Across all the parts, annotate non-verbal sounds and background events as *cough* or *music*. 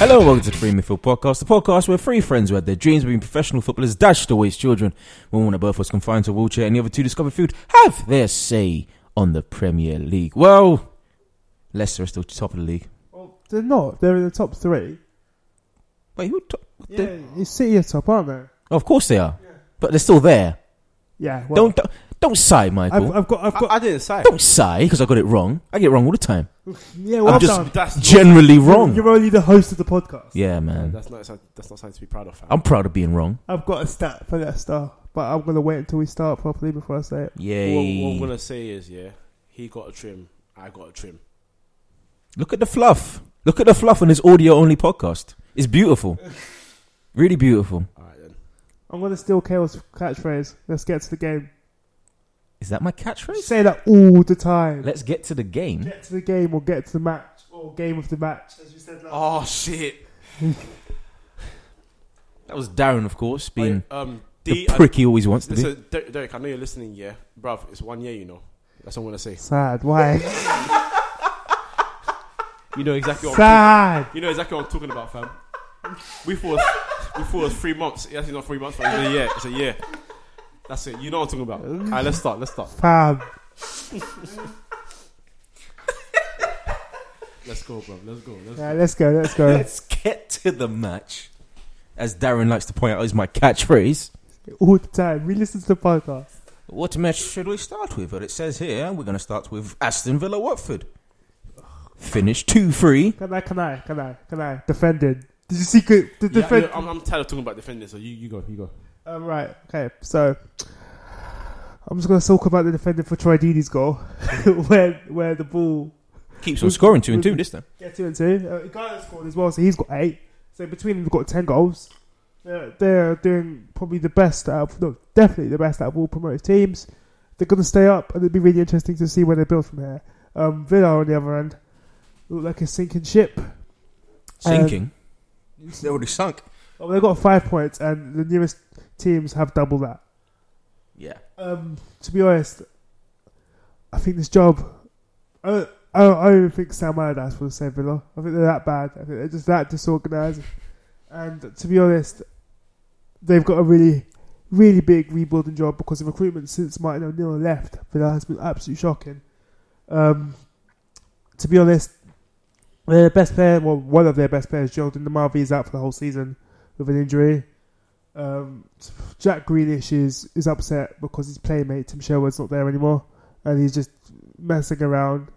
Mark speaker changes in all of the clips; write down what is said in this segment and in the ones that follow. Speaker 1: Hello and welcome to the Free Midfield Podcast, the podcast where three friends who had their dreams of being professional footballers dashed away as children when one of both was confined to a wheelchair and the other two discovered food have their say on the Premier League. Well, Leicester are still top of the league.
Speaker 2: They're not. They're in the top three.
Speaker 1: Wait, who? Top, what
Speaker 2: Yeah,
Speaker 1: the-
Speaker 2: it's City are top, aren't they?
Speaker 1: oh, of course they are, but they're still there.
Speaker 2: Yeah. Well,
Speaker 1: Don't don't, don't sigh, Michael.
Speaker 2: I've, I've got. I've
Speaker 3: I,
Speaker 2: got.
Speaker 3: I didn't say.
Speaker 1: don't sigh because I got it wrong. I get it wrong all the time.
Speaker 2: yeah. Well,
Speaker 1: I'm
Speaker 2: I'm
Speaker 1: just
Speaker 2: done.
Speaker 3: That's not,
Speaker 1: Generally wrong.
Speaker 2: You're only the host of the podcast.
Speaker 1: yeah, man.
Speaker 3: that's not that's not something to be proud of. fam.
Speaker 1: I'm proud of being wrong.
Speaker 2: I've got a stat for that stuff, but I'm gonna wait until we start properly before I say it.
Speaker 1: Yay!
Speaker 3: what, what I'm gonna say is, yeah, he got a trim, I got a trim.
Speaker 1: Look at the fluff. Look at the fluff on this audio only podcast. It's *laughs* beautiful. really beautiful.
Speaker 3: All right then.
Speaker 2: I'm gonna steal Kale's catchphrase. Let's get to the game.
Speaker 1: Is that my catchphrase?
Speaker 2: Say that all the time.
Speaker 1: Let's get to the game.
Speaker 2: get to the game or get to the match or game of the match, as you said. Last
Speaker 3: Oh shit!
Speaker 1: That was Darren, of course, being
Speaker 3: um,
Speaker 1: the
Speaker 3: D,
Speaker 1: prick he always wants to be.
Speaker 3: listen, Der- Derek, I know you're listening. Yeah, bruv, it's one year. You know, that's what I'm gonna say.
Speaker 2: Sad. *laughs* Why?
Speaker 3: You know exactly what. I'm,
Speaker 2: Sad.
Speaker 3: you know exactly what I'm talking about, fam. We thought it was- we thought it was three months. It's actually not three months. But it's a year. It's a year. That's it. You know what I'm talking about. All right, let's start. Let's start.
Speaker 2: Fam.
Speaker 3: Let's go, bro. Let's go. Let's
Speaker 2: Yeah, let's go. Let's *laughs*
Speaker 1: *laughs*
Speaker 2: go.
Speaker 1: Let's get to the match. As Darren likes to point out, is my catchphrase.
Speaker 2: all the time. We listen to the podcast.
Speaker 1: What match should we start with? Well, it says here we're going to start with Aston Villa Watford. Finish 2 3.
Speaker 2: Can I? Can I? Can I? Can I? Defending. Did you see good? The
Speaker 3: Yeah,
Speaker 2: defend.
Speaker 3: yeah, I'm, I'm tired of talking about defending. So you, you go. You go.
Speaker 2: Um, right. Okay. So I'm just going to talk about the defending for Troy Deeney's goal, *laughs* where where the ball
Speaker 1: Keeps on scoring 2 and 2 this time.
Speaker 2: gets two and two. Uh, Ghana scored as well, so he's got eight. So between them, we've got ten goals. They're, they're doing probably the best out of no, definitely the best out of all promoted teams. They're going to stay up, and it'll be really interesting to see where they build from here. Um, Villa on the other end look like a sinking ship.
Speaker 1: Sinking. They're Uh, already sunk.
Speaker 2: Well, they've got five points, and the nearest teams have double that.
Speaker 1: Yeah.
Speaker 2: Um, to be honest, I think this job. I, I, I don't even think Sam Allardyce will save Villa. I think they're that bad. I think they're just that disorganised. And to be honest, they've got a really, really big rebuilding job because the recruitment since Martin O'Neill left Villa has been absolutely shocking. Um, to be honest, their best player, well, one of their best players, Jordan Namavi, is out for the whole season with an injury. Um, Jack Greenish is, is upset because his playmate Tim Sherwood's not there anymore, and he's just messing around.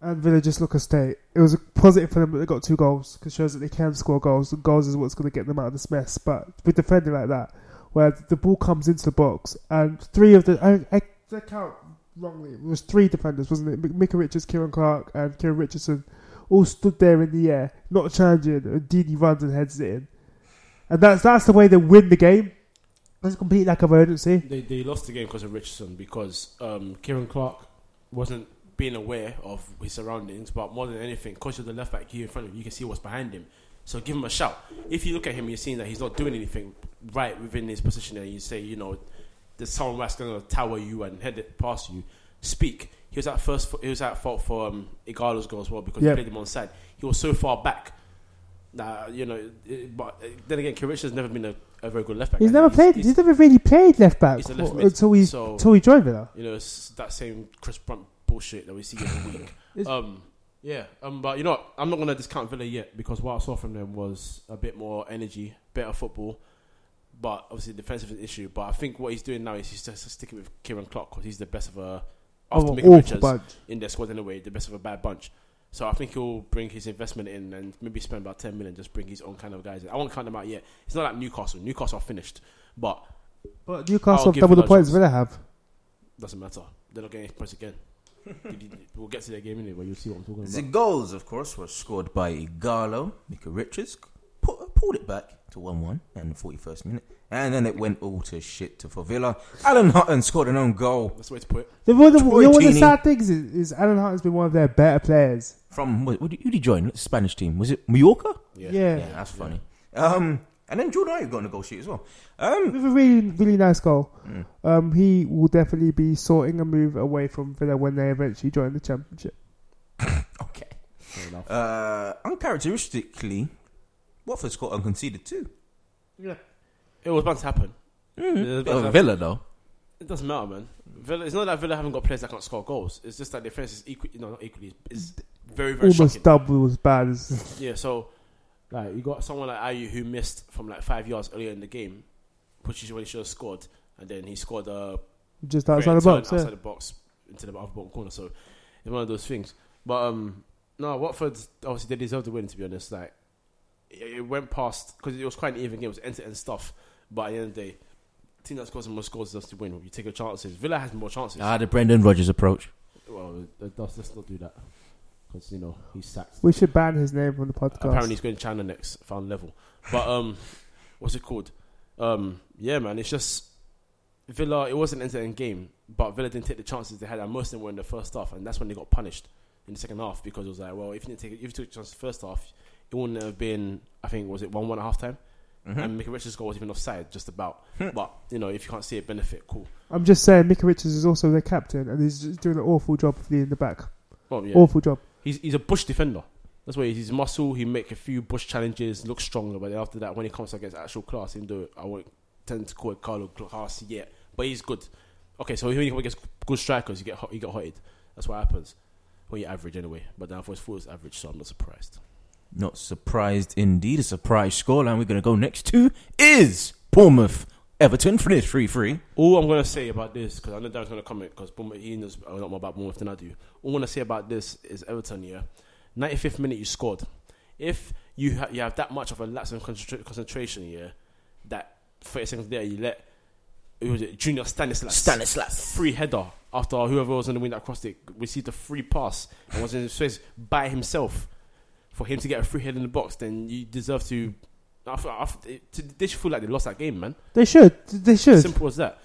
Speaker 2: And Villa just look a state. It was a positive for them that they got two goals because shows that they can score goals. And goals is what's going to get them out of this mess. But with defending like that, where the ball comes into the box and three of the I, I, I count wrongly. It was three defenders, wasn't it? M- Micah Richards, Kieran Clark, and Kieran Richardson all stood there in the air, not challenging. And Deeney runs and heads it in, and that's that's the way they win the game. There's a complete lack of urgency.
Speaker 3: They, they lost the game because of Richardson because um, Kieran Clark wasn't being aware of his surroundings, but more than anything, because you're the left back here in front of you, you can see what's behind him. So give him a shout. If you look at him, you're seeing that he's not doing anything right within his position, and you say, you know, there's someone that's going to tower you and head it past you. Speak. He was at first. He was at fault for um, Igalo's goal as well because
Speaker 2: Yeah.
Speaker 3: he played him on side. He was so far back. Nah, you know, it, but uh, then again, Kirichan's never been a, a very good left back.
Speaker 2: He's never played. He's, never really played left back
Speaker 3: he's a left
Speaker 2: for-
Speaker 3: mid,
Speaker 2: until he
Speaker 3: so-
Speaker 2: until he joined Villa.
Speaker 3: You know, it's that same Chris Brunt bullshit that we see every
Speaker 2: *coughs* It's-
Speaker 3: week. Um, yeah, um, but you know, what? I'm not gonna discount Villa yet because what I saw from them was a bit more energy, better football, but obviously defensive is an issue. But I think what he's doing now is he's just sticking with Kieran Clark because he's the best of a after
Speaker 2: Oh,
Speaker 3: Micah
Speaker 2: awful
Speaker 3: Richards
Speaker 2: bunch.
Speaker 3: in their squad anyway, the best of a bad bunch. So I think he'll bring his investment in and maybe spend about ten million just bring his own kind of guys. in. I won't count them out yet. It's not like Newcastle. Newcastle are finished, but
Speaker 2: But Newcastle have
Speaker 3: give
Speaker 2: double the
Speaker 3: Villa a
Speaker 2: points
Speaker 3: chance.
Speaker 2: Villa have.
Speaker 3: Doesn't matter. They're not getting
Speaker 1: *laughs*
Speaker 3: points again. we'll get to their game anyway. You'll see what I'm talking
Speaker 1: The
Speaker 3: about.
Speaker 1: goals, of course, were scored by Igalo, Mika Richards, pu- pulled it back to 1 1 in the 41st minute, and then it went all to shit to for Villa. Alan Hutton scored an own goal
Speaker 3: That's the way to put it.
Speaker 2: The, one of the, you
Speaker 1: Troy
Speaker 2: know, one of the
Speaker 1: Deeney.
Speaker 2: sad things is, is Alan Hart's been one of their better players.
Speaker 1: from, what, what, did- who did he join? Spanish team. Was it Mallorca?
Speaker 2: Yeah.
Speaker 3: Yeah.
Speaker 1: Yeah, that's funny. Um, and then Jordan Ayew got in a goal sheet as well. Um,
Speaker 3: Hmm.
Speaker 2: With a really, really nice goal. Um, he will definitely be sorting a move away from Villa when they eventually join the Championship.
Speaker 1: okay.
Speaker 3: Fair enough.
Speaker 1: Uh, uncharacteristically, Watford scored unconceded too.
Speaker 3: It was bound to happen.
Speaker 1: Mm-hmm.
Speaker 3: Yeah, but-
Speaker 1: Villa though.
Speaker 3: It doesn't matter, man. Villa, it's not that Villa haven't got players that can't score goals. It's just that their defense is equally, no, not equally, is very, very
Speaker 2: Almost
Speaker 3: shocking.
Speaker 2: double as bad as.
Speaker 3: *laughs* Yeah, so like you got someone like Ayu who missed from like five yards earlier in the game, which is when he should have scored, and then he scored a
Speaker 2: Just
Speaker 3: great
Speaker 2: outside the
Speaker 3: turn
Speaker 2: box,
Speaker 3: outside
Speaker 2: yeah.
Speaker 3: the box into the other bottom corner. So it's one of those things. But um, no, Watford obviously they deserve the win. To be honest, like it, it went past because it was quite an even game. It was end to end stuff. But at the end of the day, team that scores the most goals does to win. You take your chances. Villa has more chances.
Speaker 1: Ah, the Brendan Rodgers approach.
Speaker 3: Well, let's, let's not do that because you know he's sacked.
Speaker 2: We should ban his name from the podcast.
Speaker 3: Apparently, he's going to China next, found level. But um, *laughs* what's it called? Um, yeah, man, it's just Villa. It was an end-to-end game, but Villa didn't take the chances they had, and most of them were in the first half, and that's when they got punished in the second half because it was like, well, if you didn't take, if you took the chance in the first half, it wouldn't have been. I think was it one one at half time, and Mickey Richards' goal was even offside, just about. but you know, if you can't see it, benefit, cool.
Speaker 2: I'm just saying, Mika Richards is also their captain, and he's just doing an awful job of leading the back.
Speaker 3: Well, yeah.
Speaker 2: Awful job.
Speaker 3: He's he's a bush defender. That's what he is. He's muscle. He make a few bush challenges, look stronger. But then after that, when it comes against actual class, he do it. I won't tend to call it Carlo class yet, but he's good. Okay, so when you get good strikers, you get hot, you get hotted. That's what happens. Well, you're average anyway. But now for his full is average, so I'm not surprised.
Speaker 1: Not surprised indeed. A surprise scoreline. We're going to go next to is Bournemouth Everton finished 3 3.
Speaker 3: All I'm gonna say about this, because I know Darren's gonna comment, because he knows a lot more about Bournemouth than I do. All I'm gonna say about this is Everton. Yeah, 95th minute you scored. If you ha- you have that much of a lapse in concentra- concentration, yeah, that 30 seconds there you let it was it, Junior Stanislas
Speaker 1: Stanislas.
Speaker 3: free header after whoever was on the wing that crossed it received a free pass and was in his face by himself. For him to get a free head in the box, then you deserve to. I feel- I feel- They should feel like they lost that game, man.
Speaker 2: They should. They should.
Speaker 3: Simple as that.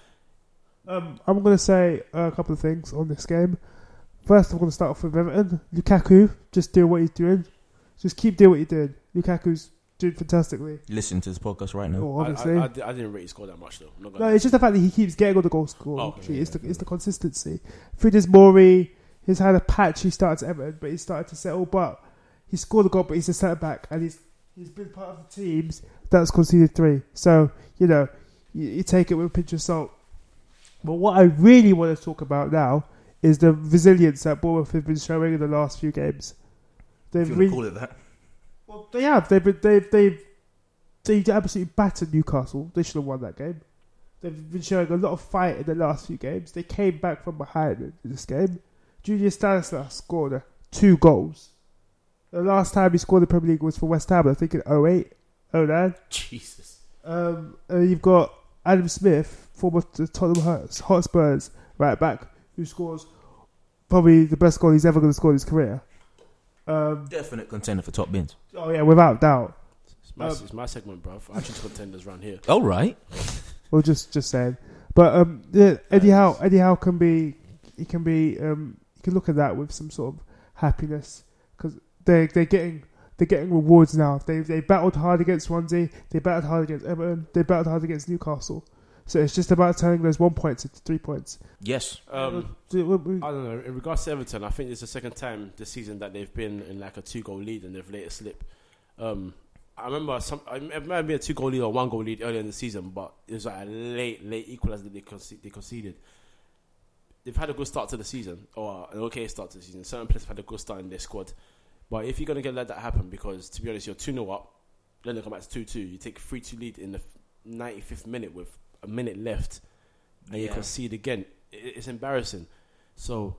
Speaker 2: Um, I'm going to say uh, a couple of things on this game. First, I'm going to start off with Everton. Lukaku, just do what he's doing. Just keep doing what you're doing. Lukaku's doing fantastically.
Speaker 1: Listen to this podcast right now.
Speaker 2: Oh,
Speaker 3: I-
Speaker 2: obviously.
Speaker 3: I, I, di- I didn't rate his score that much though. I'm not gonna
Speaker 2: no,
Speaker 3: lie.
Speaker 2: it's just the fact that he keeps getting all the goals scored.
Speaker 3: Oh, okay,
Speaker 2: See,
Speaker 3: yeah,
Speaker 2: it's, the,
Speaker 3: yeah.
Speaker 2: it's the consistency. Funes Mori, he's had a patch. He started to Everton, but he started to settle. But he scored the goal, but he's a centre back, and he's he's been part of the teams that's conceded three. So you know, you, you take it with a pinch of salt. But what I really want to talk about now is the resilience that Bournemouth have been showing in the last few games. They've
Speaker 1: If you
Speaker 2: really-
Speaker 1: want to call it that.
Speaker 2: well, they have. They've been, they've they've they absolutely battered Newcastle. They should have won that game. They've been showing a lot of fight in the last few games. They came back from behind in this game. Junior Stanislas scored uh, two goals. The last time he scored in the Premier League was for West Ham. I think in 08, 09.
Speaker 3: Jesus.
Speaker 2: Um, and you've got Adam Smith, former t- Tottenham Hots- Hotspurs right back, who scores probably the best goal he's ever going to score in his career. Um,
Speaker 1: Definite contender for top bins.
Speaker 2: oh yeah, without doubt.
Speaker 3: It's my,
Speaker 2: Um,
Speaker 3: it's my segment, bro. I choose contenders round here.
Speaker 1: All right.
Speaker 2: Well, just just saying. But um, yeah, Eddie Howe, Eddie Howe can be, he can be, um, you can look at that with some sort of happiness because they they're getting they're getting rewards now. They they battled hard against Swansea, they battled hard against Everton, they battled hard against Newcastle. So it's just about turning those one points into three points.
Speaker 1: Yes.
Speaker 3: Um,
Speaker 2: Do- we- we-
Speaker 3: I don't know. In regards to Everton, I think it's the second time this season that they've been in like a two-goal lead and they've let it slip. Um, I remember some. I- It might be a two-goal lead or one-goal lead earlier in the season, but it was like a late, late equaliser that they, conce- they conceded. They've had a good start to the season, or an okay start to the season. Certain players have had a good start in their squad, but if you're going to get let that happen, because to be honest, you're two 0 up, then they come back to two two. You take three two lead in the 95th minute with a minute left, and you
Speaker 1: Yeah.
Speaker 3: concede again. I- It's embarrassing. So,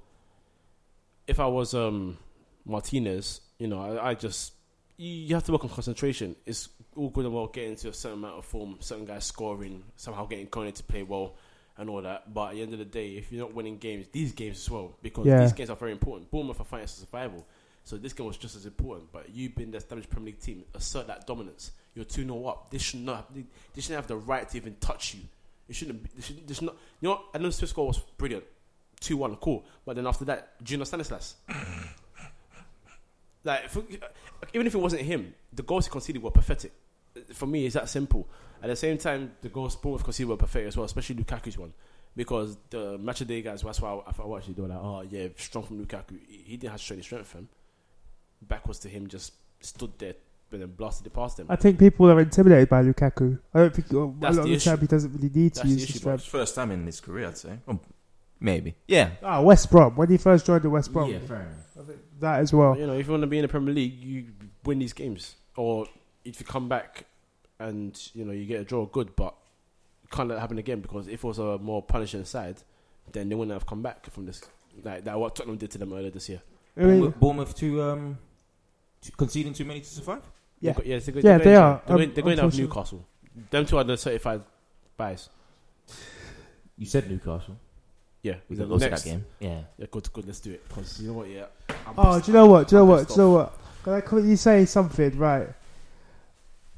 Speaker 3: if I was um, Martinez, you know, I, I just you, you have to work on concentration. It's all good and well getting to a certain amount of form, certain guys scoring, somehow getting Kone to play well, and all that. But at the end of the day, if you're not winning games, these games as well, because
Speaker 2: Yeah.
Speaker 3: these games are very important. Bournemouth are fighting for survival, so this game was just as important. But you being the established Premier League team, assert that dominance. You're two 0 up. They should not. They, they shouldn't have the right to even touch you. It shouldn't. be- They should, they should not. You know, what? I know Swiss score was brilliant, two one, cool. But then after that, Junior Stanislas. Like, if, even if it wasn't him, the goals he conceded were pathetic. For me, it's that simple. At the same time, the goals Bournemouth conceded were pathetic as well, especially Lukaku's one. Because the match of the day guys, that's why I, I watched it, they were like, oh, yeah, strong from Lukaku. He, he didn't have to show any strength, fam. backwards to him, just stood there and then blasted it past him.
Speaker 2: I think people are intimidated by Lukaku. I don't think well, a
Speaker 3: That's
Speaker 2: lot of
Speaker 3: the
Speaker 2: the
Speaker 3: issue.
Speaker 2: time he doesn't really need
Speaker 3: That's
Speaker 2: to
Speaker 3: the
Speaker 2: use
Speaker 3: issue,
Speaker 2: his
Speaker 3: bro.
Speaker 2: strength.
Speaker 1: First time in his career, I'd say. Oh, maybe. Yeah.
Speaker 2: Ah, West Brom. When he first joined the West Brom,
Speaker 1: Yeah, fair enough.
Speaker 2: that as well.
Speaker 3: You know, if you want to be in the Premier League, you win these games, or if you come back and you know you get a draw, good. But you can't let it happen again because if it was a more punishing side, then they wouldn't have come back from this. Like that, what Tottenham did to them earlier this year.
Speaker 2: I mean,
Speaker 1: Bournemouth, Bournemouth to um, to conceding too many to survive.
Speaker 2: Yeah.
Speaker 3: They've got- yeah, they're,
Speaker 2: Yeah,
Speaker 3: going
Speaker 2: they are.
Speaker 3: down- They're,
Speaker 2: Um,
Speaker 3: going, they're going out of
Speaker 2: unfortunately-
Speaker 3: Newcastle. Them two are the certified buys.
Speaker 1: You said Newcastle.
Speaker 3: Yeah,
Speaker 1: We
Speaker 3: they're
Speaker 1: got lost
Speaker 3: next.
Speaker 1: that game. Yeah.
Speaker 3: Yeah, good, good. Let's do it because you know what? Yeah. I'm
Speaker 2: Oh,
Speaker 3: pissed
Speaker 2: do you know what? Do you know
Speaker 3: I'm
Speaker 2: what?
Speaker 3: pissed
Speaker 2: Do you know what? Can I quickly say something? Right.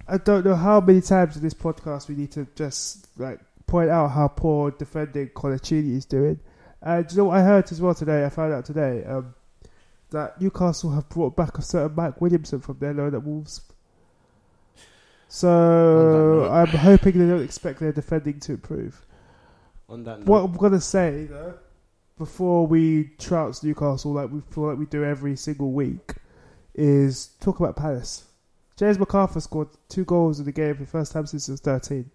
Speaker 2: I don't know how many times in this podcast we need to just like point out how poor defending Colaccini is doing. Uh, do you know what I heard as well today? I found out today um, that Newcastle have brought back a certain Mike Williamson from their loan at Wolves. So I'm hoping they don't expect their defending to improve.
Speaker 3: On that note,
Speaker 2: What I'm gonna say though, before we trounce Newcastle like we feel like we do every single week, is talk about Palace. James MacArthur scored two goals in the game for the first time since he was 13.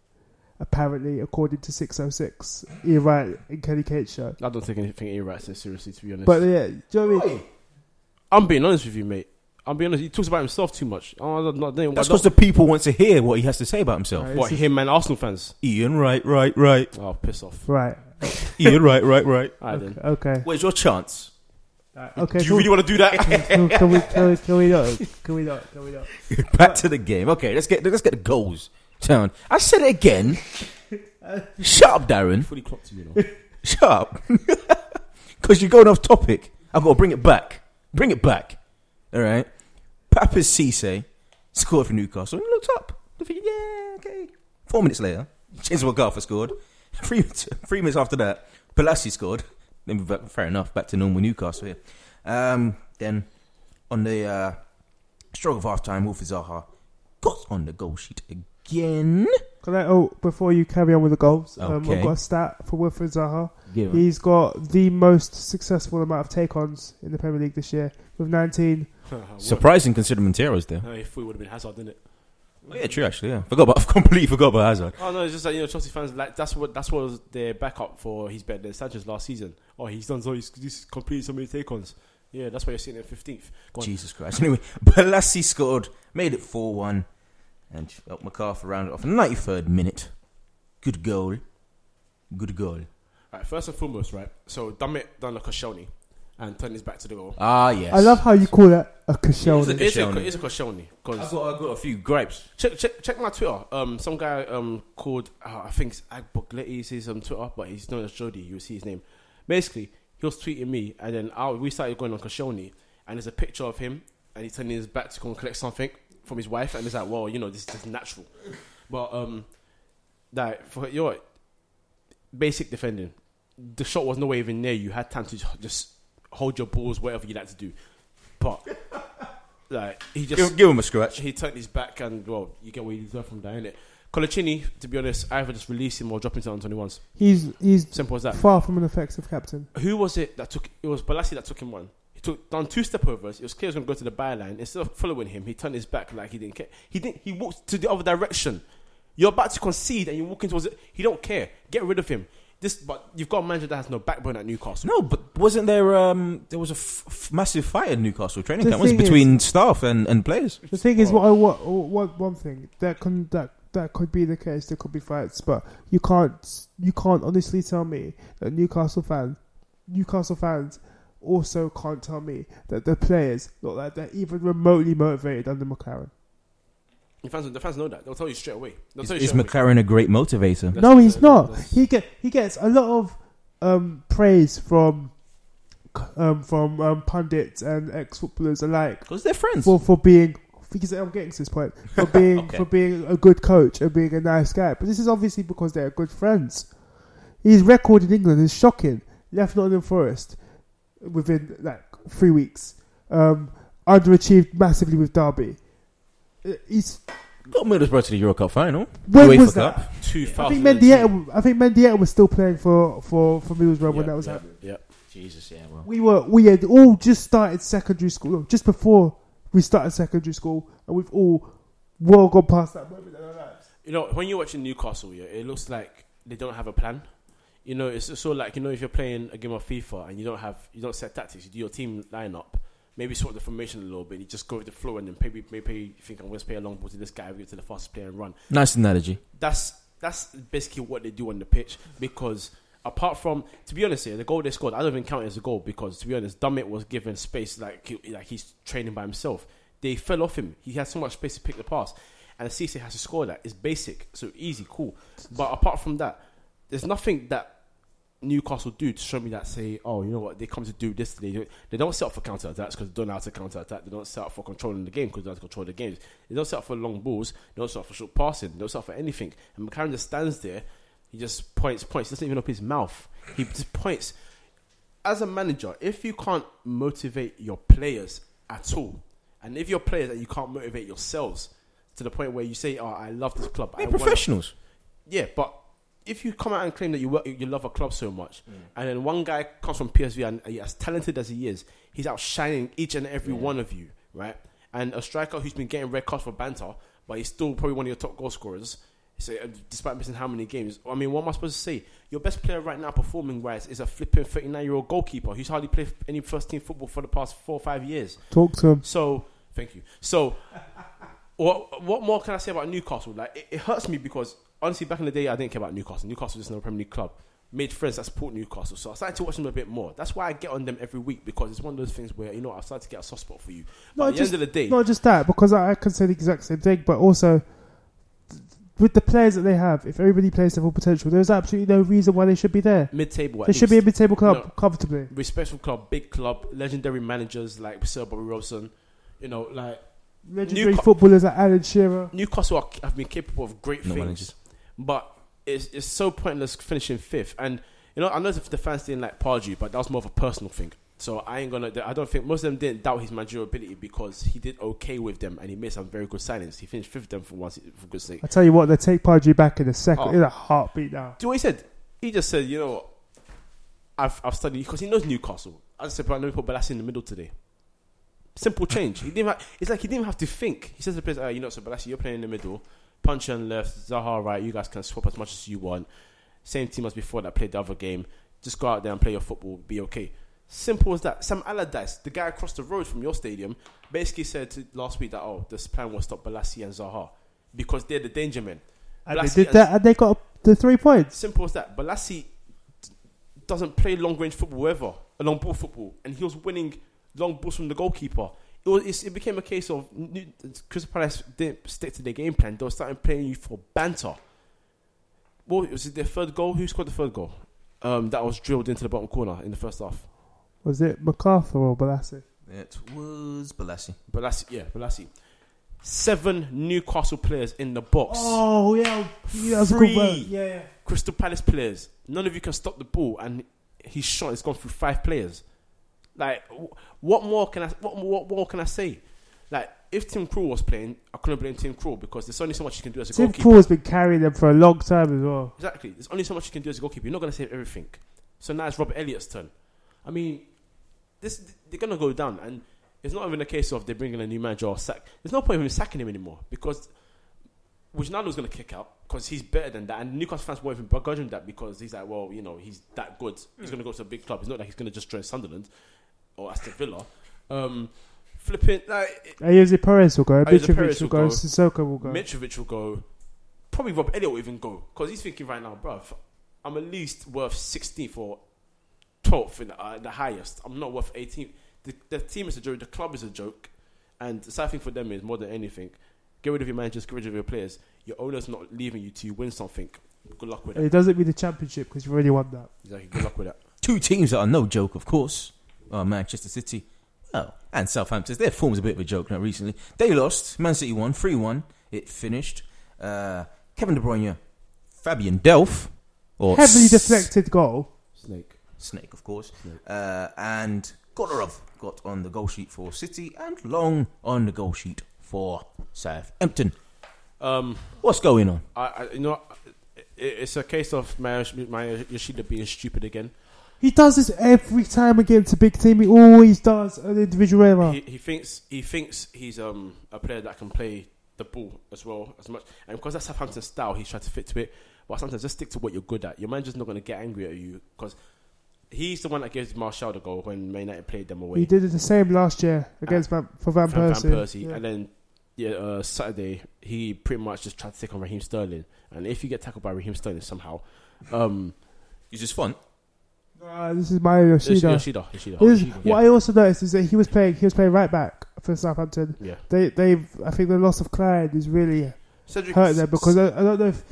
Speaker 2: Apparently, according to 606, Ian Wright and Kenny Kate's show.
Speaker 3: I don't take anything Iraq says seriously. To be honest,
Speaker 2: But yeah, do you know what I mean?
Speaker 3: I'm being honest with you, mate. I'm being honest. He talks about himself too much. Oh, I don't, I don't,
Speaker 1: That's
Speaker 3: I
Speaker 1: because the people want to hear what he has to say about himself.
Speaker 2: Right.
Speaker 3: don't, what him and Arsenal fans.
Speaker 1: Ian, right, right, right.
Speaker 3: Oh,
Speaker 1: *laughs*
Speaker 3: piss off.
Speaker 2: Right.
Speaker 1: Ian, right, right,
Speaker 2: *laughs*
Speaker 1: right.
Speaker 3: All right, then.
Speaker 2: Okay.
Speaker 1: Where's your chance?
Speaker 2: Okay.
Speaker 1: do you
Speaker 2: cool.
Speaker 1: really want to do that?
Speaker 2: can, can we, can, we, can we not? Can we not? Can we not?
Speaker 1: *laughs* Back to the game. Okay, let's get let's get the goals down. I said it again. Shut up, Darren.
Speaker 3: Fully clocked you, *laughs* you know.
Speaker 1: Shut up. *laughs* Because you're going off topic. I've got to bring it back. Bring it back. All right. Papis Cisse scored for Newcastle and looked up. They're thinking, yeah, okay. Four minutes later, James McGartha scored. *laughs* Three, three minutes after that, Balassi scored. Then we're back, fair enough, back to normal Newcastle here. Um, then on the uh, stroke of half time, Wolfie Zaha got on the goal sheet again.
Speaker 2: Can I, oh, before you carry on with the goals, um,
Speaker 1: Okay.
Speaker 2: I've got a stat for Wilfred Zaha. He's got the most successful amount of take ons in the Premier League this year with 19.
Speaker 3: *laughs*
Speaker 1: Surprising considering Montero's there.
Speaker 3: No, if we would have been Hazard, didn't it?
Speaker 1: Oh, yeah, true. Actually, yeah. Forgot about. *laughs* I've completely forgot about Hazard.
Speaker 3: Oh no, it's just that you know Chelsea fans like that's what that's what was their backup for his better than Sanchez last season. Oh, he's done so he's, he's completed so many take-ons. Yeah, that's why you're sitting at fifteenth. Go on.
Speaker 1: Jesus Christ. Anyway, *laughs* Balassi scored, made it four-one, and helped MacArthur round it off. Ninety-third minute, good goal, good goal.
Speaker 3: Right, first and foremost, right. So Dummett done like a Koscielny and turned his back to the goal.
Speaker 1: Ah, yes.
Speaker 2: I love how you call that a
Speaker 1: Is
Speaker 2: Koscielny.
Speaker 1: it-
Speaker 3: It's a
Speaker 1: Koscielny.
Speaker 3: it's a Koscielny because
Speaker 1: I've got, I've got a few gripes.
Speaker 3: Check, check, check my Twitter. Um, some guy um called uh, I think it's Agbogletti is his um Twitter, but he's known as Jody. You see his name. Basically, he was tweeting me, and then I, we started going on Kashoni, and there's a picture of him, and he's turning his back to go and collect something from his wife, and it's like, well, you know, this is just natural. But um, that for your basic defending, the shot was nowhere even near. You had time to just hold your balls, whatever you like to do. But like he just
Speaker 1: Give, give him a scratch.
Speaker 3: he turned his back and well, you get what you deserve from that, innit? Colaccini, to be honest, either just release him or drop him to Anthony once.
Speaker 2: He's he's
Speaker 3: Simple as that.
Speaker 2: far from an effective captain.
Speaker 3: Who was it that took it was Balassi that took him one? He took down two step overs, it was clear he was gonna go to the byline. Instead of following him, he turned his back like he didn't care. He didn't he walked to the other direction. You're about to concede and you're walking towards it. He don't care. Get rid of him. This but you've got a manager that has no backbone at Newcastle.
Speaker 1: No, but wasn't there? Um, there was a f- f- massive fight at Newcastle training
Speaker 2: The
Speaker 1: camp. was
Speaker 2: thing is-
Speaker 1: between staff and, and players.
Speaker 2: The thing is, what I what, what one thing that can that that could be the case. There could be fights, but you can't you can't honestly tell me that Newcastle fans Newcastle fans also can't tell me that the players look like they're even remotely motivated under McLaren.
Speaker 3: The fans, the fans know that. They'll tell you straight away. They'll
Speaker 1: Is,
Speaker 3: tell you
Speaker 1: is
Speaker 3: straight away.
Speaker 1: McLaren a great motivator?
Speaker 3: That's-
Speaker 2: no, he's not.
Speaker 3: that's-
Speaker 2: He get he gets a lot of um, praise from um, from um, pundits and ex footballers alike
Speaker 1: Because they're friends.
Speaker 2: for for being because I'm getting to this point
Speaker 3: *laughs*
Speaker 2: for being
Speaker 1: Okay.
Speaker 2: for being a good coach and being a nice guy. But this is obviously because they're good friends. His record in England is shocking. Left Nottingham Forest within like three weeks. Um, underachieved massively with Derby. Uh, He's
Speaker 1: Got Middlesbrough to the Euro Cup final.
Speaker 2: when
Speaker 1: UEFA
Speaker 2: was that?
Speaker 3: two
Speaker 2: I think
Speaker 3: thousand.
Speaker 2: Mendieta. I think Mendieta was still playing for for for Middlesbrough when that was
Speaker 3: yeah,
Speaker 2: happening.
Speaker 3: yeah.
Speaker 1: Jesus, yeah. Well,
Speaker 2: We were we had all just started secondary school, no, just before we started secondary school and we've all well gone past that moment in our lives.
Speaker 3: You know, when you're watching Newcastle, yeah, it looks like they don't have a plan. You know, it's so like you know if you're playing a game of FIFA and you don't have you don't set tactics, you do your team lineup, maybe sort the formation a little bit, you just go with the flow and then maybe maybe you think I'm going to play a long ball to this guy, give it to the fastest player and run.
Speaker 1: Nice analogy.
Speaker 3: That's that's basically what they do on the pitch because apart from to be honest here, the goal they scored, I don't even count it as a goal because to be honest, Dummett was given space like he, like he's training by himself. They fell off him. He had so much space to pick the pass, and Cisse has to score that. It's basic, so easy, cool. But apart from that, there's nothing that Newcastle do to show me that say, oh, you know what, they come to do this today. They don't set up for counter attacks because they don't know how to counter attack. They don't set up for controlling the game because they don't control the games. They don't set up for long balls. They don't set up for short passing. They don't set up for anything. And McCarron just stands there. He just points, points. Doesn't even open his mouth. He just points. As a manager, if you can't motivate your players at all, and if your players that you can't motivate yourselves to the point where you say, oh, I love this club. I
Speaker 1: They're
Speaker 3: wanna-
Speaker 1: professionals.
Speaker 3: yeah, but if you come out and claim that you work, you love a club so much, and then one guy comes from PSV and he- as talented as he is, he's outshining each and every one of you, right? And a striker who's been getting red cards for banter, but he's still probably one of your top goal scorers. So, uh, despite missing how many games, I mean, what am I supposed to say? Your best player right now, performing wise, is a flipping 39 year old goalkeeper who's hardly played any first team football for the past four or five years.
Speaker 2: Talk to him.
Speaker 3: So thank you. So what what more can I say about Newcastle? Like it, it hurts me because honestly, back in the day, I didn't care about Newcastle. Newcastle was just another Premier League club. Made friends that support Newcastle, so I started to watch them a bit more. That's why I get on them every week because it's one of those things where you know I started to get a soft spot for you. But
Speaker 2: Not
Speaker 3: at the
Speaker 2: just-
Speaker 3: end of the day,
Speaker 2: Not just that, because I, I can say the exact same thing, but also th- with the players that they have, if everybody plays their full potential, there's absolutely no reason why they should be there.
Speaker 3: mid-table, at
Speaker 2: They should be a
Speaker 3: least.
Speaker 2: mid-table club
Speaker 3: No.
Speaker 2: comfortably.
Speaker 3: respectful club, big club, legendary managers like Sir Bobby Wilson. You know, like
Speaker 2: Legendary
Speaker 3: Newca-
Speaker 2: footballers like Alan Shearer.
Speaker 3: Newcastle are, have been capable of great
Speaker 1: No
Speaker 3: things,
Speaker 1: managers.
Speaker 3: but it's, it's so pointless finishing fifth. And you know, I know if the fans didn't like Pardew, but that was more of a personal thing. So I ain't gonna. I don't think most of them didn't doubt his managerial ability because he did okay with them and he made some very good signings. He finished fifth with them for once, for good sake.
Speaker 2: I tell you what, they take Pardew back in a second,
Speaker 3: Oh.
Speaker 2: in a heartbeat now.
Speaker 3: Do you know what he said? He just said, you know, what? I've I've studied because he knows Newcastle. I just said, but I know we put Balassi in the middle today. Simple change. He didn't. Have, it's like he didn't have to think. He says to the players, oh, you know, so Balassi, you're playing in the middle. Punch on left, Zaha right. You guys can swap as much as you want. Same team as before that played the other game. Just go out there and play your football. Be okay. Simple as that. Sam Allardyce, the guy across the road from your stadium, basically said to, last week that oh, this plan was stop Balassi and Zaha because they're the danger men.
Speaker 2: And
Speaker 3: Blassie
Speaker 2: they did
Speaker 3: has-
Speaker 2: that, and they got the three points.
Speaker 3: Simple as that. Balassi doesn't play long range football ever, a long ball football, and he was winning long balls from the goalkeeper. It was it's, it became a case of New- Crystal Palace didn't stick to their game plan. They were starting playing you for banter. Well, was it their third goal? Who scored the third goal? Um, that was drilled into the bottom corner in the first half.
Speaker 2: Was it MacArthur or Balassi?
Speaker 1: It was Balassi.
Speaker 3: Balassi, yeah, Balassi. Seven Newcastle players in the box.
Speaker 2: Oh yeah, yeah, that was a
Speaker 3: Free.
Speaker 2: good one. Yeah, yeah.
Speaker 3: Crystal Palace players. None of you can stop the ball, and his shot has gone through five players. Like, wh- what more can I? What, what more can I say? Like, if Tim Krul was playing, I couldn't blame Tim Krul because there's only so much you can do as a
Speaker 2: Tim
Speaker 3: goalkeeper.
Speaker 2: Pool's been carrying them for a long time as well.
Speaker 3: Exactly. There's only so much you can do as a goalkeeper. You're not going to save everything. So now it's Robert Elliott's turn. I mean, this they're going to go down, and it's not even a case of they're bringing a new manager or sack. There's no point in sacking him anymore because Wijnaldum's going to kick out because he's better than that, and Newcastle fans won't even begrudge him that because he's like, well, you know, he's that good. He's going to go to a big club. It's not like he's going to just join Sunderland or Aston Villa. Um, flipping, like,
Speaker 2: Uh, Jose Perez will go.
Speaker 3: Oh, Jose
Speaker 2: Mitrovic
Speaker 3: Perez
Speaker 2: will
Speaker 3: will
Speaker 2: go.
Speaker 3: go.
Speaker 2: Sissoko will go.
Speaker 3: Mitrovic will go. Probably Rob Elliott will even go because he's thinking right now, bruv, I'm at least worth 16th or 12th in the, uh, the highest. I'm not worth 18th. The, the team is a joke. The club is a joke. And the sad thing for them is more than anything, get rid of your managers, get rid of your players. Your owner's not leaving you to win something. Good luck with
Speaker 2: and
Speaker 3: that.
Speaker 2: it doesn't mean the championship because you've already won that.
Speaker 3: Exactly. Good luck with that.
Speaker 1: Two teams that are no joke, of course, are Manchester City well, and Southampton. Their form's a bit of a joke now recently. They lost. Man City won 3 1. It finished. Uh, Kevin De Bruyne, Fabian Delph. Or
Speaker 2: Heavily
Speaker 1: S-
Speaker 2: deflected goal.
Speaker 3: Snake.
Speaker 1: Snake, of course.
Speaker 3: Snake.
Speaker 1: Uh, and Gonorov got on the goal sheet for City and Long on the goal sheet for Southampton.
Speaker 3: Um,
Speaker 1: What's going on?
Speaker 3: I, I, you know, it, it's a case of my, my Yoshida being stupid again.
Speaker 2: He does this every time against a big team. He always does an individual error.
Speaker 3: He, he thinks he thinks he's um a player that can play the ball as well as much, and because that's Southampton style, he's trying to fit to it. But sometimes just stick to what you're good at. Your manager's not going to get angry at you because he's the one that gives Martial the goal when Man United played them away.
Speaker 2: He did it the same last year against Van, for Van
Speaker 3: Uh, Van,
Speaker 2: Persie.
Speaker 3: Van Persie,
Speaker 2: Yeah.
Speaker 3: and then yeah, uh, Saturday he pretty much just tried to take on Raheem Sterling, and if you get tackled by Raheem Sterling somehow, um,
Speaker 1: He's just fun.
Speaker 2: Nah, this is Mario Yoshida.
Speaker 3: Yoshida, Yoshida, Yoshida.
Speaker 2: This-
Speaker 3: Yoshida,
Speaker 2: What I also noticed is that he was playing. He was playing right back for Southampton.
Speaker 3: yeah.
Speaker 2: They, they've. I think the loss of Clyde is really
Speaker 3: Cedric
Speaker 2: hurt them because I, I don't know if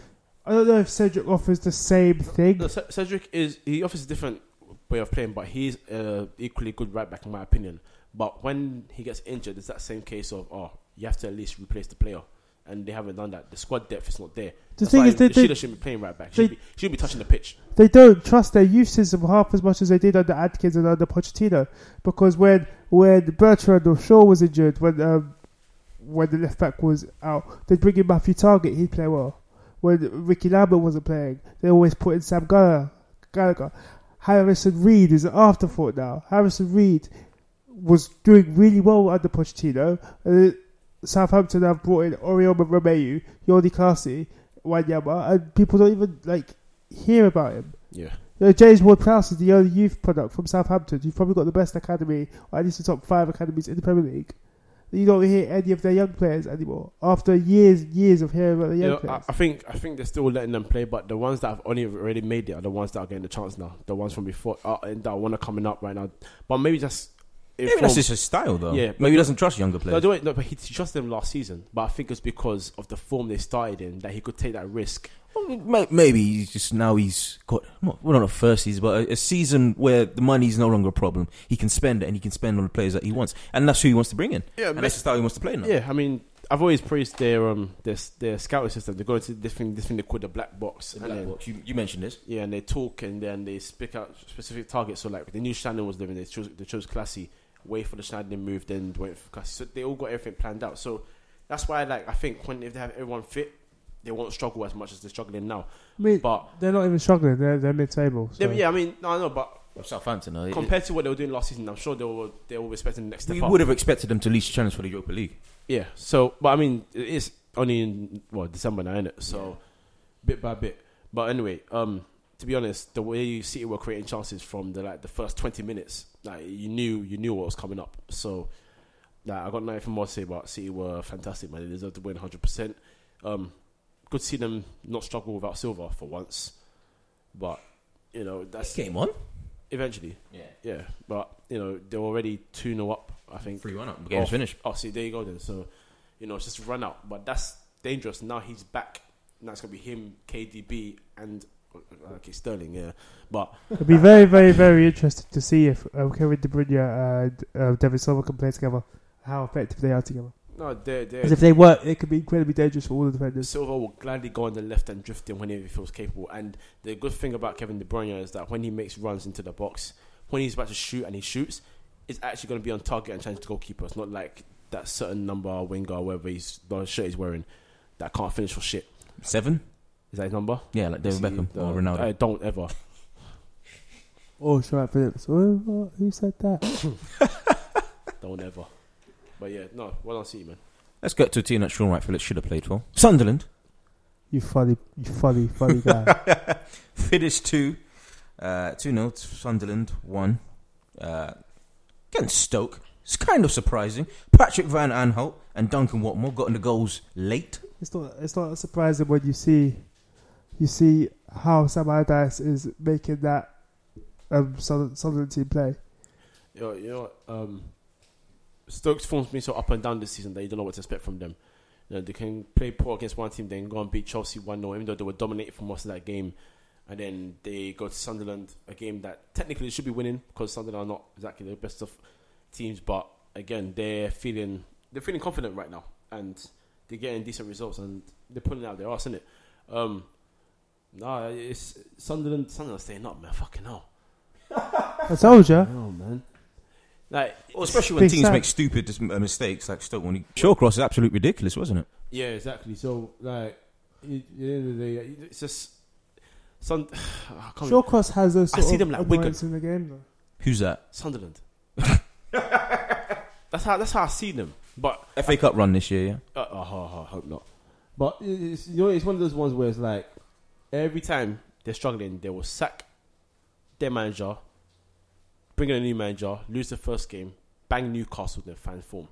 Speaker 2: I don't know if Cedric offers the same thing.
Speaker 3: No, Ce- Cedric is he offers a different way of playing, but he's uh, equally good right back in my opinion. But when he gets injured, it's that same case of oh, you have to at least replace the player, and they haven't done that. The squad depth is not there.
Speaker 2: The
Speaker 3: That's
Speaker 2: thing
Speaker 3: why
Speaker 2: is, they,
Speaker 3: Yoshida
Speaker 2: they,
Speaker 3: shouldn't be playing right back.
Speaker 2: they-
Speaker 3: Should be should be touching the pitch.
Speaker 2: they don't trust their youth system half as much as they did under Atkins and under Pochettino because when when Bertrand or Shaw was injured, when um, when the left back was out, they'd bring in Matthew Target. He'd play well. When Ricky Lambert wasn't playing, they always put in Sam Gallagher. Gallagher. Harrison Reed is an afterthought now. Harrison Reed was doing really well under Pochettino. And then Southampton have brought in Oriol Romeu, Jordi Classy, Wanyama, and people don't even like hear about him.
Speaker 3: Yeah,
Speaker 2: You know, Uh, James Ward Prowse is the only youth product from Southampton. You've probably got the best academy, or at least the top five academies in the Premier League. You don't hear any of their young players anymore after years, years of hearing about the young
Speaker 3: You know, I,
Speaker 2: players.
Speaker 3: I think I think they're still letting them play, but the ones that have only already made it are the ones that are getting the chance now. The ones from before uh, and that want to coming up right now, but maybe just.
Speaker 1: Maybe
Speaker 3: inform-
Speaker 1: that's just his style, though.
Speaker 3: Yeah, but-
Speaker 1: Maybe he doesn't trust younger
Speaker 3: No,
Speaker 1: players.
Speaker 3: do it. No, but he, he trusted them last season. But I think it's because of the form they started in that he could take that risk.
Speaker 1: Well, may- Maybe he's just now he's got not, well not a first season, but a, a season where the money's no longer a problem. He can spend it, and he can spend on the players that he wants, and that's who he wants to bring in.
Speaker 3: Yeah,
Speaker 1: and that's the style he wants to play now.
Speaker 3: yeah. I mean, I've always praised their um their their scouting system. They go into this thing this thing they call the black box.
Speaker 1: The
Speaker 3: and
Speaker 1: black
Speaker 3: then-
Speaker 1: box, You, you mentioned this.
Speaker 3: Yeah, and they talk and then they speak out specific targets. So like they knew Shannon was living. They chose they chose Classy. Wait for the Shannon move, then went for Classy. So they all got everything planned out. So that's why like I think when if they have everyone fit, they won't struggle as much as they're struggling now.
Speaker 2: I mean,
Speaker 3: But
Speaker 2: they're not even struggling. They're, they're mid-table. So.
Speaker 3: yeah, I mean, no, no, but
Speaker 1: Southampton. uh, it-
Speaker 3: compared to what they were doing last season, I'm sure they were they were expecting the next step
Speaker 1: we
Speaker 3: up.
Speaker 1: would have expected him to at least challenge for the Europa League.
Speaker 3: Yeah. So, but I mean, it is only in well December now, is it? So, bit by bit. But anyway, um, to be honest, the way you see it, were creating chances from the like the first twenty minutes. Like you knew, you knew what was coming up. So, nah, I got nothing more to say about City. Were fantastic, man. They deserved to win hundred percent. Um, good to see them not struggle without Silver for once. But you know that's
Speaker 1: Game on.
Speaker 3: eventually,
Speaker 1: Yeah,
Speaker 3: yeah. But you know they were already two 0 up. I think
Speaker 1: three one up. The game's finished.
Speaker 3: Oh, see, there you go then. So, you know, it's just run out. But that's dangerous. Now he's back. Now it's going to be him, KDB, and uh, okay, Sterling, yeah. But
Speaker 2: It'll be very, very, very interesting to see if um, Kevin De Bruyne and uh, David Silva can play together, how effective they are together.
Speaker 3: no, they're,
Speaker 2: Because
Speaker 3: they're,
Speaker 2: if they work, it could be incredibly dangerous for all the defenders.
Speaker 3: Silva will gladly go on the left and drift in whenever he feels capable. And the good thing about Kevin De Bruyne is that when he makes runs into the box, when he's about to shoot and he shoots, it's actually going to be on target and challenge the goalkeeper. It's not like that certain number winger, or whatever he's the shirt he's wearing, that can't finish for shit.
Speaker 1: Seven.
Speaker 3: Is that his number?
Speaker 1: Yeah, like David
Speaker 3: See,
Speaker 1: Beckham
Speaker 3: the-
Speaker 1: or Ronaldo.
Speaker 3: uh, I don't ever.
Speaker 2: Oh, Sharp Phillips. Oh, what? who said that?
Speaker 3: Don't ever. But yeah, no, well done, City, man.
Speaker 1: Let's get to a team that Sean Wright Phillips should have played for. Sunderland
Speaker 2: you funny, you funny, funny *laughs* guy.
Speaker 1: finished two, uh, two 0 Sunderland one uh, against Stoke. It's kind of surprising. Patrick Van Aanholt and Duncan Watmore got in the goals late.
Speaker 2: It's not. It's not surprising when you see, you see how Sam Allardyce is making that um Southern, Southern team play.
Speaker 3: You know, you know what, um, Stokes forms been so up and down this season that you don't know what to expect from them. You know, they can play poor against one team, then go and beat Chelsea 1 0, even though they were dominated for most of that game. And then they go to Sunderland, a game that technically they should be winning because Sunderland are not exactly the best of teams. But again, they're feeling they're feeling confident right now, and they're getting decent results, and they're pulling out their arse in it. Um, nah, it's Sunderland. Sunderland staying up, man. Fucking hell.
Speaker 2: I told you.
Speaker 3: Oh man. Like
Speaker 1: Well, especially when
Speaker 2: Big
Speaker 1: teams
Speaker 2: Sam.
Speaker 1: make stupid dis- uh, mistakes like Stoke. When he- Shawcross is absolutely ridiculous, wasn't it?
Speaker 3: yeah, exactly. So like you- at the end of the day, it's just Sun, *sighs* I can't remember.
Speaker 2: Shawcross has those
Speaker 3: I
Speaker 2: sort
Speaker 3: see
Speaker 2: of
Speaker 3: them like
Speaker 2: annoyance in the game though.
Speaker 1: Who's that?
Speaker 3: Sunderland. *laughs* that's how that's how I see them. But
Speaker 1: FA Cup run this year, yeah.
Speaker 3: uh, oh, oh, oh, hope not. But it- it's, you know, it's one of those ones where it's like every time they're struggling, they will sack their manager, bring in a new manager, lose the first game, bang Newcastle, then find form,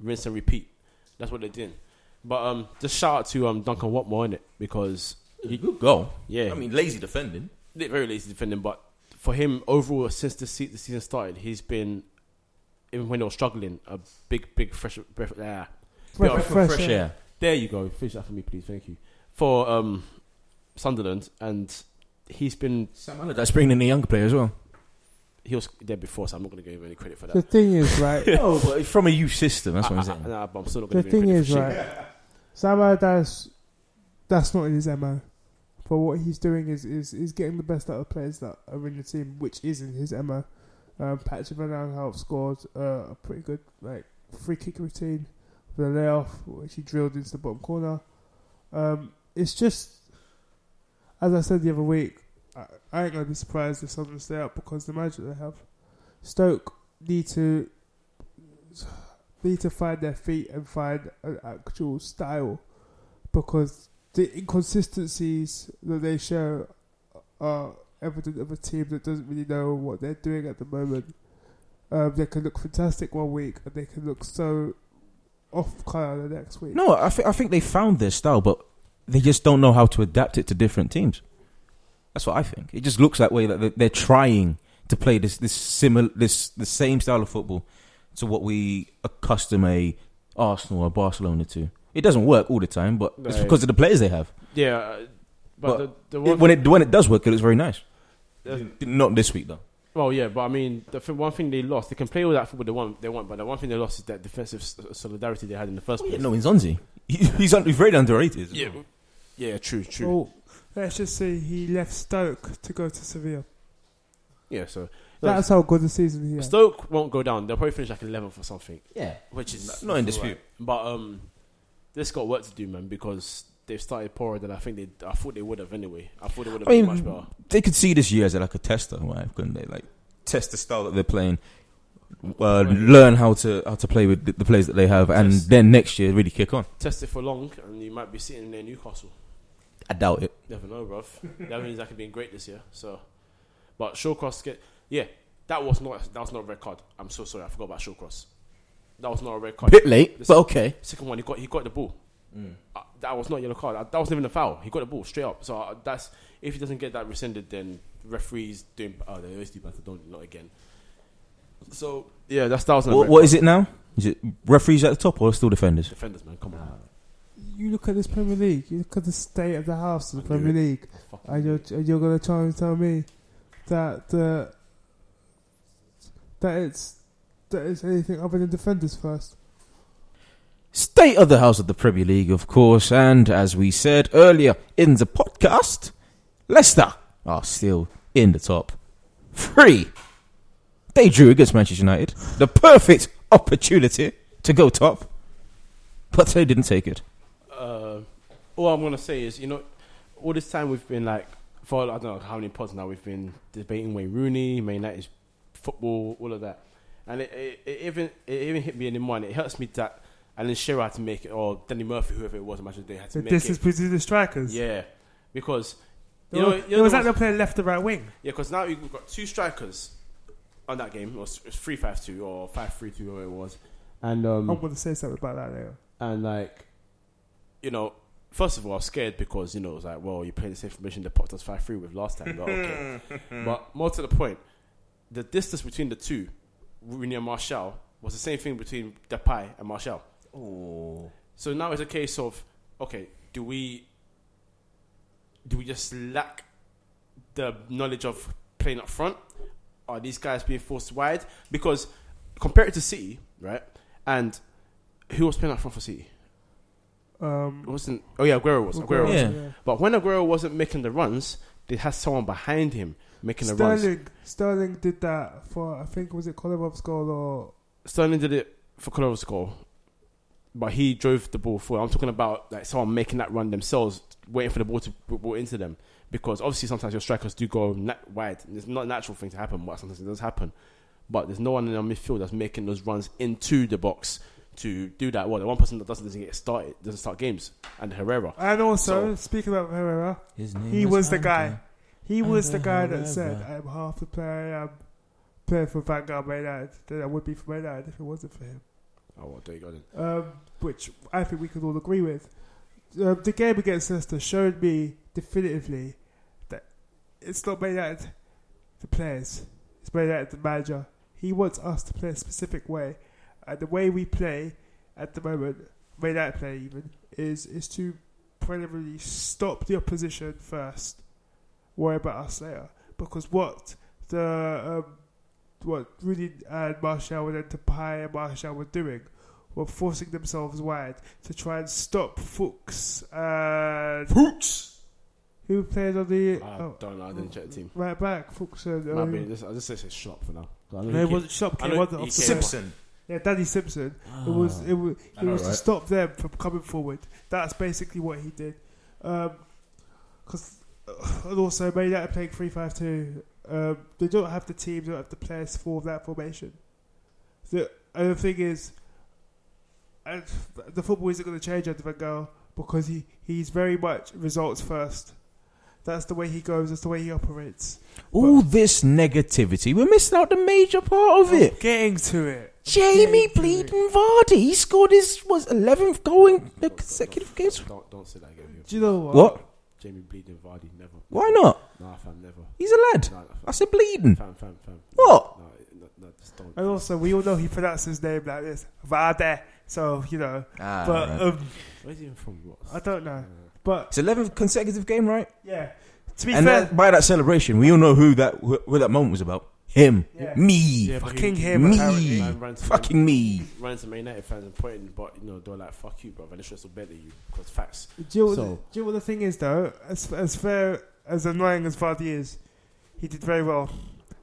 Speaker 3: rinse and repeat. That's what they're doing. But um, just shout out to um Duncan Watmore in it because he,
Speaker 1: Good goal.
Speaker 3: yeah,
Speaker 1: I mean, lazy defending.
Speaker 3: li- very lazy defending, but for him overall, since the, se- the season started, he's been even when they were struggling, a big, big fresh breath. Ah,
Speaker 2: Breath
Speaker 3: of
Speaker 2: of fresh,
Speaker 1: Fresh
Speaker 2: air.
Speaker 1: air.
Speaker 3: there you go. Finish that for me, please. Thank you for um, Sunderland, and he's been
Speaker 1: Sam Allardyce bringing in a young player as well.
Speaker 3: he was there before, so I'm not going to give him any credit for
Speaker 2: The
Speaker 3: that.
Speaker 2: thing is, right?
Speaker 3: *laughs*
Speaker 1: No, but from a youth system. That's what I'm
Speaker 3: I- I-
Speaker 1: saying.
Speaker 3: nah, but I'm still not
Speaker 2: the
Speaker 3: going to give him
Speaker 2: thing
Speaker 3: credit
Speaker 2: is,
Speaker 3: for shit.
Speaker 2: right? Sam Allardyce, that's not his mo. But what he's doing is is is getting the best out of players that are in the team, which isn't his mo. Um, Patrick Van Aanholt scored uh, a pretty good like free kick routine for the layoff, which he drilled into the bottom corner. Um, it's just, as I said the other week, I, I ain't gonna be surprised if Sunderland stay up because the manager they have. Stoke need to need to find their feet and find an actual style because the inconsistencies that they show are evident of a team that doesn't really know what they're doing at the moment. Um, they can look fantastic one week and they can look so off colour the next week.
Speaker 1: No, I, th- I think they found their style, but they just don't know how to adapt it to different teams. That's what I think. It just looks that way that they- they're trying to play this this similar this the same style of football to what we accustom a Arsenal or Barcelona to. It doesn't work all the time, but it's
Speaker 3: No.
Speaker 1: because of the players they have.
Speaker 3: Yeah, uh, but, the, the
Speaker 1: It-
Speaker 3: one,
Speaker 1: when it when it does work, it looks very nice.
Speaker 3: Uh,
Speaker 1: Not this week though.
Speaker 3: well, yeah, but I mean, the th- one thing they lost, they can play all that football they want, they want, but the one thing they lost is that defensive s- solidarity they had in the first place.
Speaker 1: Oh, No, Nzonzi. He, *laughs* he's, un- he's very underrated.
Speaker 3: yeah, w- yeah, true, true.
Speaker 2: Well, let's just see. He left Stoke to go to Sevilla.
Speaker 3: Yeah, so
Speaker 2: That's how good the season he had.
Speaker 3: Stoke won't go down. They'll probably finish like 11th or something,
Speaker 1: yeah.
Speaker 3: which is
Speaker 1: Not in
Speaker 3: that's all
Speaker 1: dispute.
Speaker 3: right. But um, this got work to do, man, because they've started poorer than I think they. I thought they would have anyway. I thought they would have
Speaker 1: I
Speaker 3: been
Speaker 1: mean,
Speaker 3: much better.
Speaker 1: they could see this year as like a tester, right? Couldn't they? Like test the style that they're playing, uh, learn how to how to play with the, the players that they have, and
Speaker 3: Test.
Speaker 1: then next year really kick on.
Speaker 3: Test it for long, and you might be sitting there in Newcastle.
Speaker 1: I doubt it.
Speaker 3: Never know, bruv. that means I could be great this year. So, but Shawcross get yeah. That was not that was not a red card. I'm so sorry. I forgot about Shawcross. That was not a red card.
Speaker 1: Bit late,
Speaker 3: This-
Speaker 1: but okay.
Speaker 3: Second one, he got he got the ball. Uh, that was not a yellow card. Uh, that wasn't even a foul. He got the ball straight up. So uh, that's if he doesn't get that rescinded, then referees doing. Oh, they always do better. Don't not again. So yeah, that's that was not a
Speaker 1: What,
Speaker 3: red
Speaker 1: what
Speaker 3: card.
Speaker 1: is it now? Is it referees at the top or still defenders?
Speaker 3: defenders, man? Come on,
Speaker 2: You look at this Premier League. You look at the state of the house of the
Speaker 3: I knew
Speaker 2: Premier League.
Speaker 3: Fuck.
Speaker 2: And you're, and you're gonna try and tell me that uh, that it's that it's anything other than defenders first.
Speaker 1: State of the House of the Premier League, of course, and as we said earlier in the podcast, Leicester are still in the top three. They drew against Manchester United, the perfect opportunity to go top, but they didn't take it.
Speaker 3: uh, all I'm gonna say is, you know, all this time we've been like, for I don't know how many pods now we've been debating Wayne Rooney, Man United's football, all of that, and it, it, it even it even hit me in the mind. It hurts me that Alan Shearer had to make it, or Danny Murphy, whoever it was, imagine they had to
Speaker 2: The
Speaker 3: make it.
Speaker 2: distance between the strikers.
Speaker 3: yeah, because
Speaker 2: They
Speaker 3: you know,
Speaker 2: were-
Speaker 3: you
Speaker 2: they
Speaker 3: know
Speaker 2: was
Speaker 3: the
Speaker 2: like they're playing left and right wing.
Speaker 3: yeah, because now you've got two strikers on that game, or s- it's three five two or five three two, whatever it was, and um,
Speaker 2: I'm gonna say something about that later.
Speaker 3: and like, you know, first of all, I was scared because you know it was like, well, you're playing the same formation that popped us five three with last time, but okay. but more to the point, the distance between the two, Rooney and Marshall, was the same thing between Depay and Marshall. So now it's a case of okay, do we do we just lack the knowledge of playing up front? Are these guys being forced wide? Because compared to City, right? And who was playing up front for City? It
Speaker 2: Um,
Speaker 3: wasn't. Oh yeah, Aguero was.
Speaker 1: Aguero.
Speaker 3: Aguero. Was.
Speaker 1: Yeah.
Speaker 3: But when Aguero wasn't making the runs, they had someone behind him making the runs.
Speaker 2: Sterling Sterling did that for I think was it Colombov's goal or
Speaker 3: Sterling did it for Colorado's goal. but he drove the ball forward. I'm talking about like someone making that run themselves, waiting for the ball to be brought into them. Because obviously, sometimes your strikers do go nat- wide. and It's not a natural thing to happen, but sometimes it does happen. But there's no one in our midfield that's making those runs into the box to do that. Well, the one person that doesn't doesn't get started doesn't start games, and Herrera.
Speaker 2: And also, speaking about Herrera,
Speaker 1: His name
Speaker 2: he was the guy. He
Speaker 1: And
Speaker 2: was the
Speaker 1: the
Speaker 2: guy that said,
Speaker 1: Herrera.
Speaker 2: "I'm half the player I am playing for Vanguard Man United that I would be for Man United if it wasn't for him."
Speaker 3: Oh, well, there you go. Then.
Speaker 2: Um, which I think we could all agree with. Um, the game against Leicester showed me definitively that it's not Man United the players; it's Man United the manager. He wants us to play a specific way, and the way we play at the moment, Man United play even, is is to primarily stop the opposition first, worry about us later. Because what the um, what Rooney and Marshall and Depay and Marshall were doing were forcing themselves wide to try and stop Fuchs and Fuchs, who played on the
Speaker 3: I
Speaker 2: oh,
Speaker 3: don't know. I didn't check the team.
Speaker 2: right back. Fuchs and
Speaker 3: Might be,
Speaker 2: um,
Speaker 3: just, I just say it's shop for now. I know
Speaker 2: no,
Speaker 3: you
Speaker 2: it
Speaker 3: keep-
Speaker 2: wasn't Shop.
Speaker 3: I
Speaker 2: It
Speaker 3: know
Speaker 2: wasn't Ah.
Speaker 3: he
Speaker 2: off-
Speaker 3: came-
Speaker 1: Simpson.
Speaker 2: Yeah, Danny Simpson. It was it was
Speaker 1: I
Speaker 2: it
Speaker 1: know,
Speaker 2: was to
Speaker 1: right?
Speaker 2: stop them from coming forward. That's basically what he did. Because and also Man United playing three five two. Um, they don't have the team, they don't have the players for that formation. The and the thing is, and the football isn't going to change under Van Gaal because he, he's very much results first. That's the way he goes. That's the way he operates.
Speaker 1: All this negativity, we're missing out the major part of it.
Speaker 2: Getting to it.
Speaker 1: Jamie
Speaker 2: Getting to it.
Speaker 1: bleeding Vardy, he scored his was eleventh goal in the consecutive games.
Speaker 3: Don't don't say that again.
Speaker 2: Do you know
Speaker 1: What?
Speaker 3: Jamie bleeding Vardy never.
Speaker 1: Why not?
Speaker 3: Nah, fam, never.
Speaker 1: He's a lad.
Speaker 3: Nah,
Speaker 1: I
Speaker 3: fam,
Speaker 1: said bleeding.
Speaker 3: fam, fam, fam.
Speaker 1: What?
Speaker 3: No, no, no, just don't.
Speaker 2: And also, we all know he pronounced his name like this, Vade. So you know,
Speaker 1: Ah,
Speaker 2: but
Speaker 1: right.
Speaker 2: um,
Speaker 3: Where's he even from? What?
Speaker 2: I don't know. But
Speaker 1: it's eleventh consecutive game, right?
Speaker 2: yeah, to be
Speaker 1: And
Speaker 2: fair,
Speaker 1: that, by that celebration, we all know who that wh- who that moment was about. Him,
Speaker 2: Yeah.
Speaker 1: me,
Speaker 3: Yeah, but
Speaker 2: fucking
Speaker 3: he-
Speaker 2: him.
Speaker 1: Me.
Speaker 2: Apparently.
Speaker 3: Man ran to
Speaker 1: fucking me.
Speaker 3: Man, ran to Man United fans and pointing, but you know they're like, "Fuck you, bro." And it's just a better you because facts.
Speaker 2: Do you, know what
Speaker 3: So-
Speaker 2: the, do you know what the thing is though? As as fair as annoying as Vardy is, he did very well.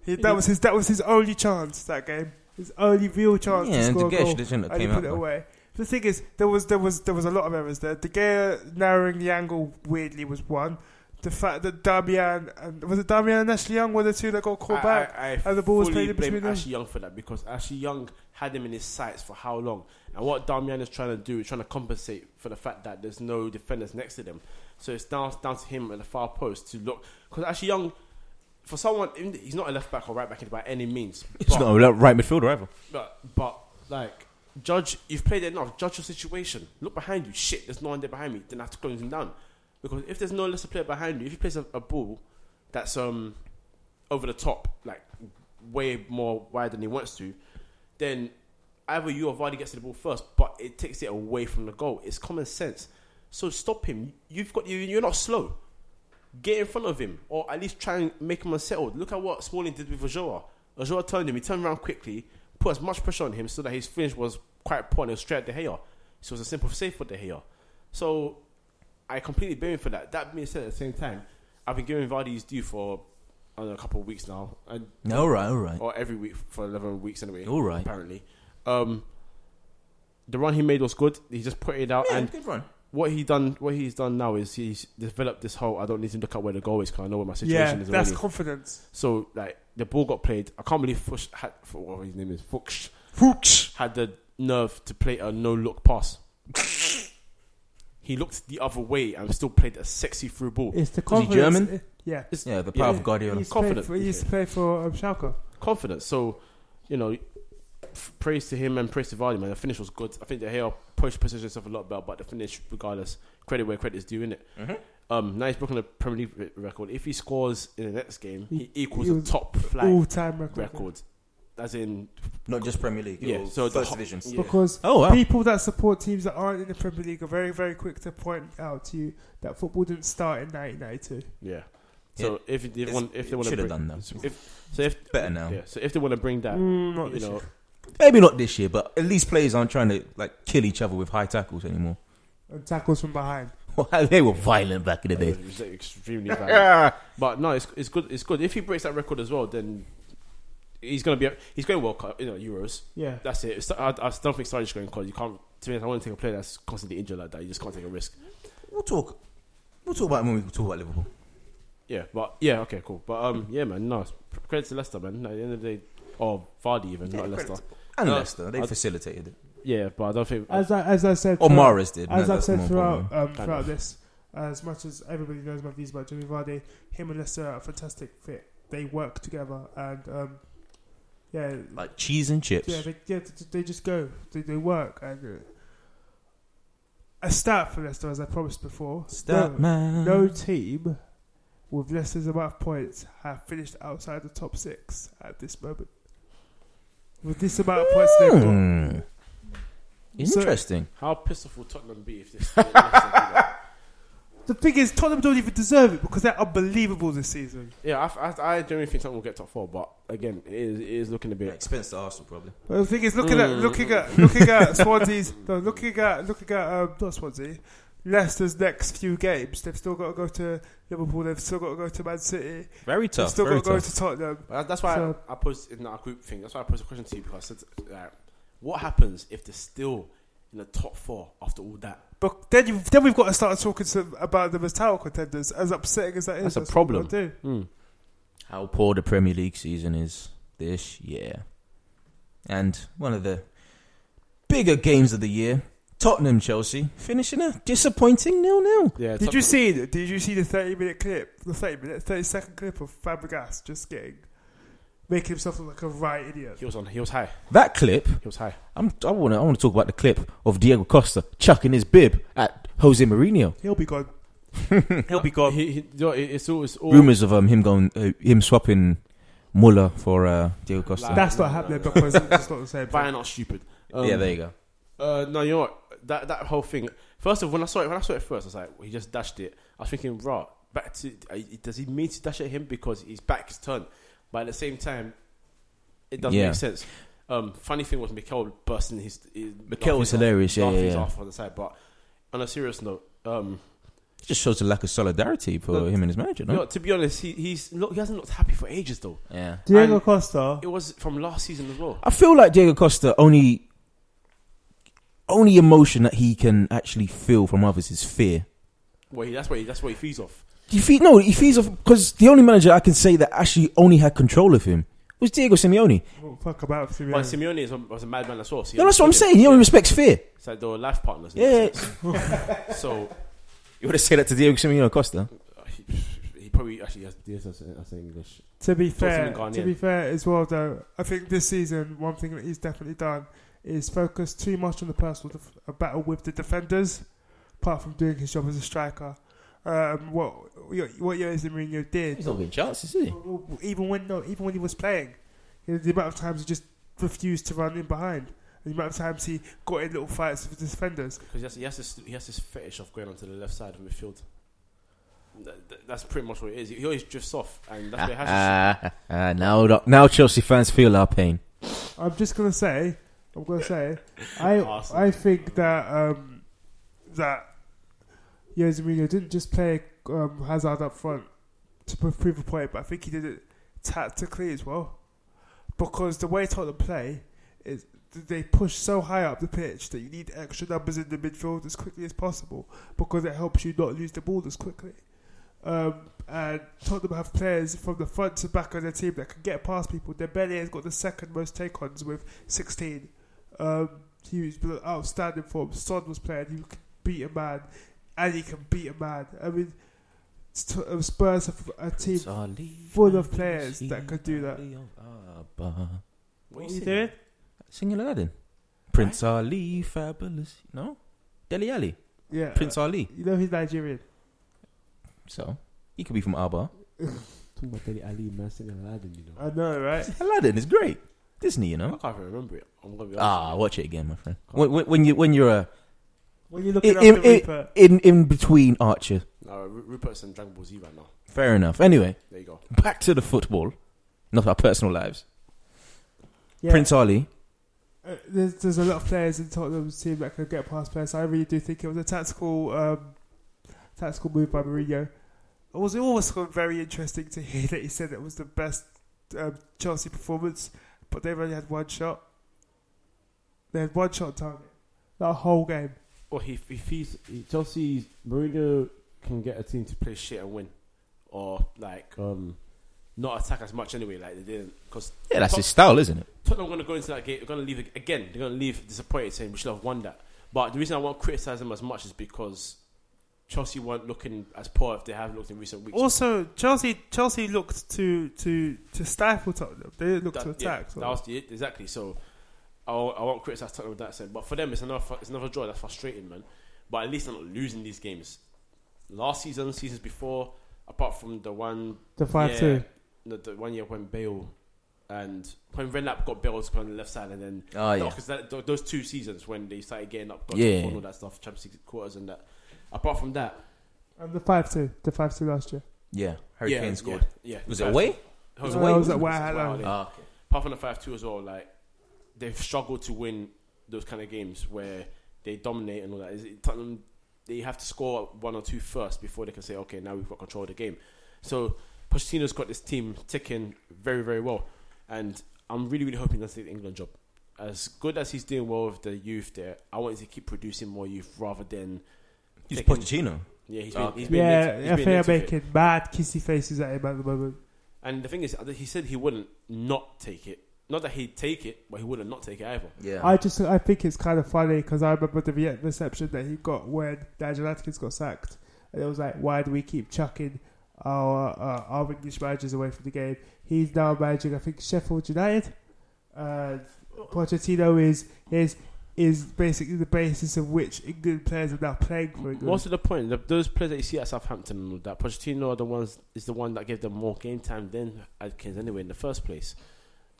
Speaker 2: He, that
Speaker 3: did.
Speaker 2: was his that was his only chance that game. His only real chance
Speaker 1: Yeah,
Speaker 2: to
Speaker 1: and
Speaker 2: score a
Speaker 1: Degesh
Speaker 2: goal.
Speaker 1: didn't it
Speaker 2: and he
Speaker 1: came
Speaker 2: put
Speaker 1: out.
Speaker 2: it
Speaker 1: though.
Speaker 2: away. The thing is, there was there was there was a lot of errors there. De Gea narrowing the angle weirdly was one. The fact that Damian and was it Damian and Ashley Young were the two that got called back.
Speaker 3: I, I
Speaker 2: and the ball was
Speaker 3: fully
Speaker 2: played in
Speaker 3: blame
Speaker 2: between them.
Speaker 3: Ashley Young for that because Ashley Young had him in his sights for how long? And what Damian is trying to do is trying to compensate for the fact that there's no defenders next to them. So it's down down to him at the far post to look because Ashley Young, for someone, even- he's not a left back or right back by any means.
Speaker 1: He's
Speaker 3: but-
Speaker 1: not a right midfielder either.
Speaker 3: But, but like, judge, you've played enough. Judge your situation. Look behind you. Shit, there's no one there behind me. Then I have to close him down. Because if there's no lesser player behind you, if he plays a, a ball that's um over the top, like way more wide than he wants to, then either you or Vardy gets to the ball first, but it takes it away from the goal. It's common sense. So stop him. You've got you. You're not slow. Get in front of him, or at least try and make him unsettled. Look at what Smalling did with Ojoa. Ojoa turned him. He turned around quickly, put as much pressure on him so that his finish was quite poor and it was straight at De Gea. So it was a simple save for De Gea. So I completely blame him for that. That being said, at the same time, I've been giving Vardy his due for I don't know, a couple of weeks now, and
Speaker 1: No, all right, all right,
Speaker 3: or every week for eleven weeks anyway
Speaker 1: all right.
Speaker 3: apparently. Um, the run he made was good. He just put it out,
Speaker 1: Yeah,
Speaker 3: and
Speaker 1: good run.
Speaker 3: what he done, what he's done now is he's developed this whole. I don't need to look at where the goal is because I know where my
Speaker 2: Yeah,
Speaker 3: situation is.
Speaker 2: that's
Speaker 3: already.
Speaker 2: confidence.
Speaker 3: so like the ball got played. I can't believe Fuchs had what his name is Fuchs
Speaker 2: Fuchs.
Speaker 3: had the nerve to play a no look
Speaker 2: *laughs*
Speaker 3: pass. he looked the other way and still played a sexy through ball.
Speaker 2: It's the
Speaker 1: Was he German?
Speaker 2: confidence- Yeah.
Speaker 3: It's
Speaker 1: Yeah, the power
Speaker 3: Yeah.
Speaker 1: of Guardiola.
Speaker 2: He's Played
Speaker 3: Confident.
Speaker 2: for, he used to play for um, Schalke.
Speaker 3: confidence. So, you know, f- praise to him and praise to Vardy, man. The finish was good. I think De Gea pushed positioned himself a lot better, but the finish, regardless, credit where credit is due, innit?
Speaker 1: Mhm.
Speaker 3: Um, now he's broken the Premier League re- record. If he scores in the next game, he
Speaker 2: He-
Speaker 3: equals
Speaker 2: he
Speaker 3: a
Speaker 2: was
Speaker 3: top flight
Speaker 2: All time record.
Speaker 3: record. As in,
Speaker 1: Not just Premier League.
Speaker 3: Yeah,
Speaker 1: your
Speaker 3: so the
Speaker 1: first
Speaker 3: ho-
Speaker 1: division.
Speaker 3: yeah.
Speaker 2: Because
Speaker 1: Oh wow.
Speaker 2: people that support teams that aren't in the Premier League are very, very quick to point out to you that football didn't start in 1992.
Speaker 3: yeah. So if they
Speaker 1: It's-
Speaker 3: want, if they
Speaker 1: it
Speaker 3: want to
Speaker 1: should have
Speaker 3: bring,
Speaker 1: done that.
Speaker 3: if so if
Speaker 1: Better now.
Speaker 3: yeah, so if they want to bring that,
Speaker 2: Mm, not
Speaker 3: you
Speaker 2: this
Speaker 3: know,
Speaker 2: year.
Speaker 1: Maybe not this year, but at least players aren't trying to like kill each other with high tackles anymore. *laughs*
Speaker 2: And tackles from behind.
Speaker 1: Well, they were violent back in the day.
Speaker 3: it was extremely
Speaker 1: *laughs*
Speaker 3: bad. but no, it's, it's good. It's good. If he breaks that record as well, then he's gonna be he's going World Cup, you know, Euros.
Speaker 2: Yeah.
Speaker 3: That's it. It's- I, I don't think Sarri's going because you can't to be honest, I want to take a player that's constantly injured like that. You just can't take a risk.
Speaker 1: We'll talk. We'll talk about it when we talk about Liverpool.
Speaker 3: Yeah, but yeah, okay, cool. But um, yeah, man, no, credit to Leicester, man. At the end of the day, or Vardy even,
Speaker 1: Yeah,
Speaker 3: not
Speaker 1: credit
Speaker 3: Leicester.
Speaker 1: And
Speaker 3: No,
Speaker 1: Leicester, they
Speaker 3: I-
Speaker 1: facilitated it.
Speaker 3: Yeah, but I don't think
Speaker 2: As I, as I said,
Speaker 1: Or
Speaker 2: throughout-
Speaker 1: Morris did.
Speaker 2: As
Speaker 1: no,
Speaker 2: I've
Speaker 1: that's
Speaker 2: said
Speaker 1: more
Speaker 2: throughout
Speaker 1: important.
Speaker 2: um,
Speaker 3: Kind
Speaker 2: throughout
Speaker 3: of.
Speaker 2: this, as much as everybody knows my views about Jimmy Vardy, him and Leicester are a fantastic fit. They work together, and um, yeah,
Speaker 1: like cheese and chips.
Speaker 2: yeah, they, yeah, they- they just go, they, they work, and uh, a start for Leicester, as I promised before.
Speaker 1: Stat
Speaker 2: no,
Speaker 1: man.
Speaker 2: no team with Leicester's amount of points have finished outside the top six at this moment. With this amount of points they've got.
Speaker 1: Hmm.
Speaker 2: So-
Speaker 1: Interesting.
Speaker 3: how pissed off will Tottenham be if this. if Leicester do that? *laughs*
Speaker 2: The thing is, Tottenham don't even deserve it because they're unbelievable this season.
Speaker 3: yeah, I, I, I generally think Tottenham will get top four, but again, it is, it is looking a bit.
Speaker 1: expense to Arsenal, probably.
Speaker 2: But the thing is, looking at
Speaker 3: Mm.
Speaker 2: looking at looking
Speaker 3: *laughs*
Speaker 2: at Swansea's no, looking at looking at um, not Swansea, Leicester's next few games. They've still got to go to Liverpool. They've still got to go to Man City.
Speaker 1: Very
Speaker 2: They've
Speaker 1: tough.
Speaker 2: still
Speaker 1: very
Speaker 2: got to go
Speaker 1: tough.
Speaker 2: to Tottenham.
Speaker 3: But that- that's why
Speaker 2: So-
Speaker 3: I, I posed in our group thing. That's why I posed a question to you because I said, like, what happens if they're still in the top four after all that?
Speaker 2: But then you then we've got to start talking to, about them as title contenders. As upsetting as that is,
Speaker 3: That's a
Speaker 2: what
Speaker 3: problem.
Speaker 2: we've got to do.
Speaker 1: How poor the Premier League season is this year. And one of the bigger games of the year, Tottenham Chelsea, finishing a disappointing nil nil.
Speaker 3: Yeah.
Speaker 2: Did you see? the- Did you see the thirty minute clip? The thirty minute, thirty second clip of Fabregas just getting making himself look like a right idiot.
Speaker 3: He was on. He was high.
Speaker 1: That clip,
Speaker 3: He was high.
Speaker 1: I'm, I want to I wanna talk about the clip of Diego Costa chucking his bib at Jose Mourinho.
Speaker 2: He'll be gone.
Speaker 1: He'll be
Speaker 3: He, he, you know, it- it's all. It's all
Speaker 1: Rumors of um, him going, uh, him swapping Muller for uh, Diego Costa.
Speaker 3: Like-
Speaker 2: That's
Speaker 3: no,
Speaker 2: not
Speaker 3: no,
Speaker 2: happening
Speaker 3: no.
Speaker 2: because it's just not the same.
Speaker 3: Bayern not stupid. Um,
Speaker 1: yeah, there you go.
Speaker 3: Uh, no, you know what? that that whole thing. First of all, when I saw it, when I saw it first, I was like, well, he just dashed it. I was thinking, right, back to uh, does he mean to dash at him because his back is turned? But at the same time, it doesn't
Speaker 1: Yeah.
Speaker 3: make sense. Um, funny thing was Mikel busting his. his
Speaker 1: Mikel was
Speaker 3: laughing his
Speaker 1: hilarious,
Speaker 3: off-
Speaker 1: yeah,
Speaker 3: laughing
Speaker 1: yeah,
Speaker 3: his
Speaker 1: yeah.
Speaker 3: off on the side, but on a serious note, um,
Speaker 1: It just shows a lack of solidarity for
Speaker 3: Look,
Speaker 1: him and his manager,
Speaker 3: you
Speaker 1: no?
Speaker 3: know, to be honest, he he's look, he hasn't looked happy for ages though.
Speaker 1: yeah.
Speaker 2: Diego
Speaker 3: And-
Speaker 2: Costa.
Speaker 3: It was from last season as well.
Speaker 1: I feel like Diego Costa only only emotion that he can actually feel from others is fear.
Speaker 3: Well, he, that's what he, that's what he feeds off.
Speaker 1: He feed, no, he feels off because the only manager I can say that actually only had control of him was Diego Simeone.
Speaker 2: Well, oh, fuck about Simeone.
Speaker 3: But Simeone is, was a madman as well. so he
Speaker 1: No, that's what I'm
Speaker 3: understood it.
Speaker 1: saying. He only respects fear.
Speaker 3: It's like they were life partners. in
Speaker 1: Yeah.
Speaker 3: that sense. *laughs* so
Speaker 1: You would have said that to Diego Simeone Costa.
Speaker 3: uh, he, he probably actually has DS as, as English.
Speaker 2: to be
Speaker 3: Tottenham
Speaker 2: fair,
Speaker 3: and Garnier.
Speaker 2: to be fair as well though, I think this season one thing that he's definitely done is focus too much on the personal def- uh, battle with the defenders, apart from doing his job as a striker. Um, what what Jose Mourinho did
Speaker 1: not getting chances, is he?
Speaker 2: even when no, even when he was playing, you know, the amount of times he just refused to run in behind, and the amount of times he got in little fights with the defenders.
Speaker 3: Because he has, he, has this, he has this fetish of going onto the left side of midfield. That, that- that's pretty much what it is. He always drifts off, and that's what it has.
Speaker 1: Ah.
Speaker 3: to
Speaker 1: *laughs* Uh, now, the- now Chelsea fans feel our pain.
Speaker 2: I'm just gonna say, I'm gonna say,
Speaker 3: *laughs*
Speaker 2: I
Speaker 3: Arsenal.
Speaker 2: I think that um, that Jose Mourinho didn't just play um, Hazard up front to pro- prove a point, but I think he did it tactically as well, because the way Tottenham play is they push so high up the pitch that you need extra numbers in the midfield as quickly as possible because it helps you not lose the ball as quickly. Um, and Tottenham have players from the front to back of their team that can get past people. Dembele has got the second most take-ons with 16. Um, he was bl- outstanding form. Son was playing. He could beat a man, and he can beat a man. I mean, T- uh, Spurs have a team. full of players that could do that.
Speaker 3: What,
Speaker 1: Singing Aladdin. Prince Ali, fabulous. No? Deli Ali.
Speaker 2: Yeah,
Speaker 1: Prince Ali.
Speaker 2: You know he's Nigerian.
Speaker 1: So, he could be from Abba.
Speaker 3: Talking about Deli Ali, man, singing Aladdin, you know.
Speaker 2: I know, *laughs* right?
Speaker 1: Aladdin is great. Disney, you
Speaker 3: I
Speaker 1: know.
Speaker 3: can't even remember it. I'm gonna be honest.
Speaker 1: Ah, watch it again, my friend. When, when, when you when you're uh,
Speaker 2: When you look
Speaker 1: It-
Speaker 2: at
Speaker 1: it-
Speaker 2: the
Speaker 1: it-
Speaker 2: Reaper,
Speaker 1: in in between Archer.
Speaker 3: no, Ru- Rupert's in Dragon Ball Z right now.
Speaker 1: Fair enough. Anyway,
Speaker 3: There you go.
Speaker 1: back to the football, not our personal lives.
Speaker 2: yeah,
Speaker 1: Prince Ali.
Speaker 2: uh, there's, there's a lot of players in Tottenham's team that could get past players. I really do think it was a tactical, um, tactical move by Mourinho. It was also very interesting to hear that he said it was the best um, Chelsea performance, but they've only had one shot. They had one shot target. That whole game.
Speaker 3: Well, he, if he's he, Chelsea, Mourinho can get a team to play shit and win, or like um, not attack as much anyway. Like they didn't because
Speaker 1: Yeah, that's his style, isn't it?
Speaker 3: Tottenham are going to go into that game. They're going to leave again. They're going to leave disappointed, saying we should have won that. But the reason I won't criticize them as much is because Chelsea weren't looking as poor if they have looked in recent weeks.
Speaker 2: Also, Chelsea Chelsea looked to to to stifle Tottenham. They didn't look to
Speaker 3: That- yeah,
Speaker 2: attack. so-
Speaker 3: that was the, exactly. So I'll, I won't criticize Tottenham with that said, but for them, it's another fu- it's another draw. That's frustrating, man. But at least they're not losing these games. Last season, seasons before, apart from the one
Speaker 2: the five
Speaker 3: yeah,
Speaker 2: two.
Speaker 3: no, the one year when Bale and when Renap got Bale's on the left side, and then
Speaker 1: Oh yeah.
Speaker 3: because those two seasons when they started getting up, got
Speaker 1: Yeah.
Speaker 3: yeah, all that stuff, Champions League quarters and that. Apart from that,
Speaker 2: And Um, the five two. The five two last year.
Speaker 1: Yeah. Harry
Speaker 3: yeah,
Speaker 1: Kane scored.
Speaker 3: Yeah, yeah.
Speaker 1: Was it away?
Speaker 3: It
Speaker 1: was
Speaker 2: No,
Speaker 1: away,
Speaker 2: it was
Speaker 1: wasn't
Speaker 2: at
Speaker 1: it?
Speaker 2: White
Speaker 3: It
Speaker 2: Hart
Speaker 3: was at
Speaker 2: Lane.
Speaker 3: White Hart Lane.
Speaker 1: Ah, okay.
Speaker 3: apart from the five two as well, like they've struggled to win those kind of games where they dominate and all that. Is it Tottenham? They have to score one or two first before they can say, okay, now we've got control of the game. So Pochettino's got this team ticking very, very well, and I'm really, really hoping that's the England job. As good as he's doing well with the youth there, I want him to keep producing more youth rather than
Speaker 1: He's
Speaker 3: taking-
Speaker 1: Pochettino. Ah,
Speaker 3: yeah, he's been,
Speaker 1: Okay.
Speaker 3: he's been
Speaker 2: Yeah,
Speaker 3: he's been
Speaker 2: FA are
Speaker 3: negative here.
Speaker 2: making mad kissy faces at him at the moment.
Speaker 3: And the thing is, he said he wouldn't not take it. Not that he'd take it, but he wouldn't not take it either.
Speaker 1: Yeah.
Speaker 2: I just I think it's kind of funny because I remember the re- reception that he got when Nigel Atkins got sacked, and it was like, why do we keep chucking our uh, our English managers away from the game? He's now managing, I think, Sheffield United. Uh, Pochettino is is is basically the basis of which England players are now playing for England.
Speaker 3: Most of the point, the, those players that you see at Southampton and all that, Pochettino are the ones is the one that gave them more game time than Adkins anyway in the first place.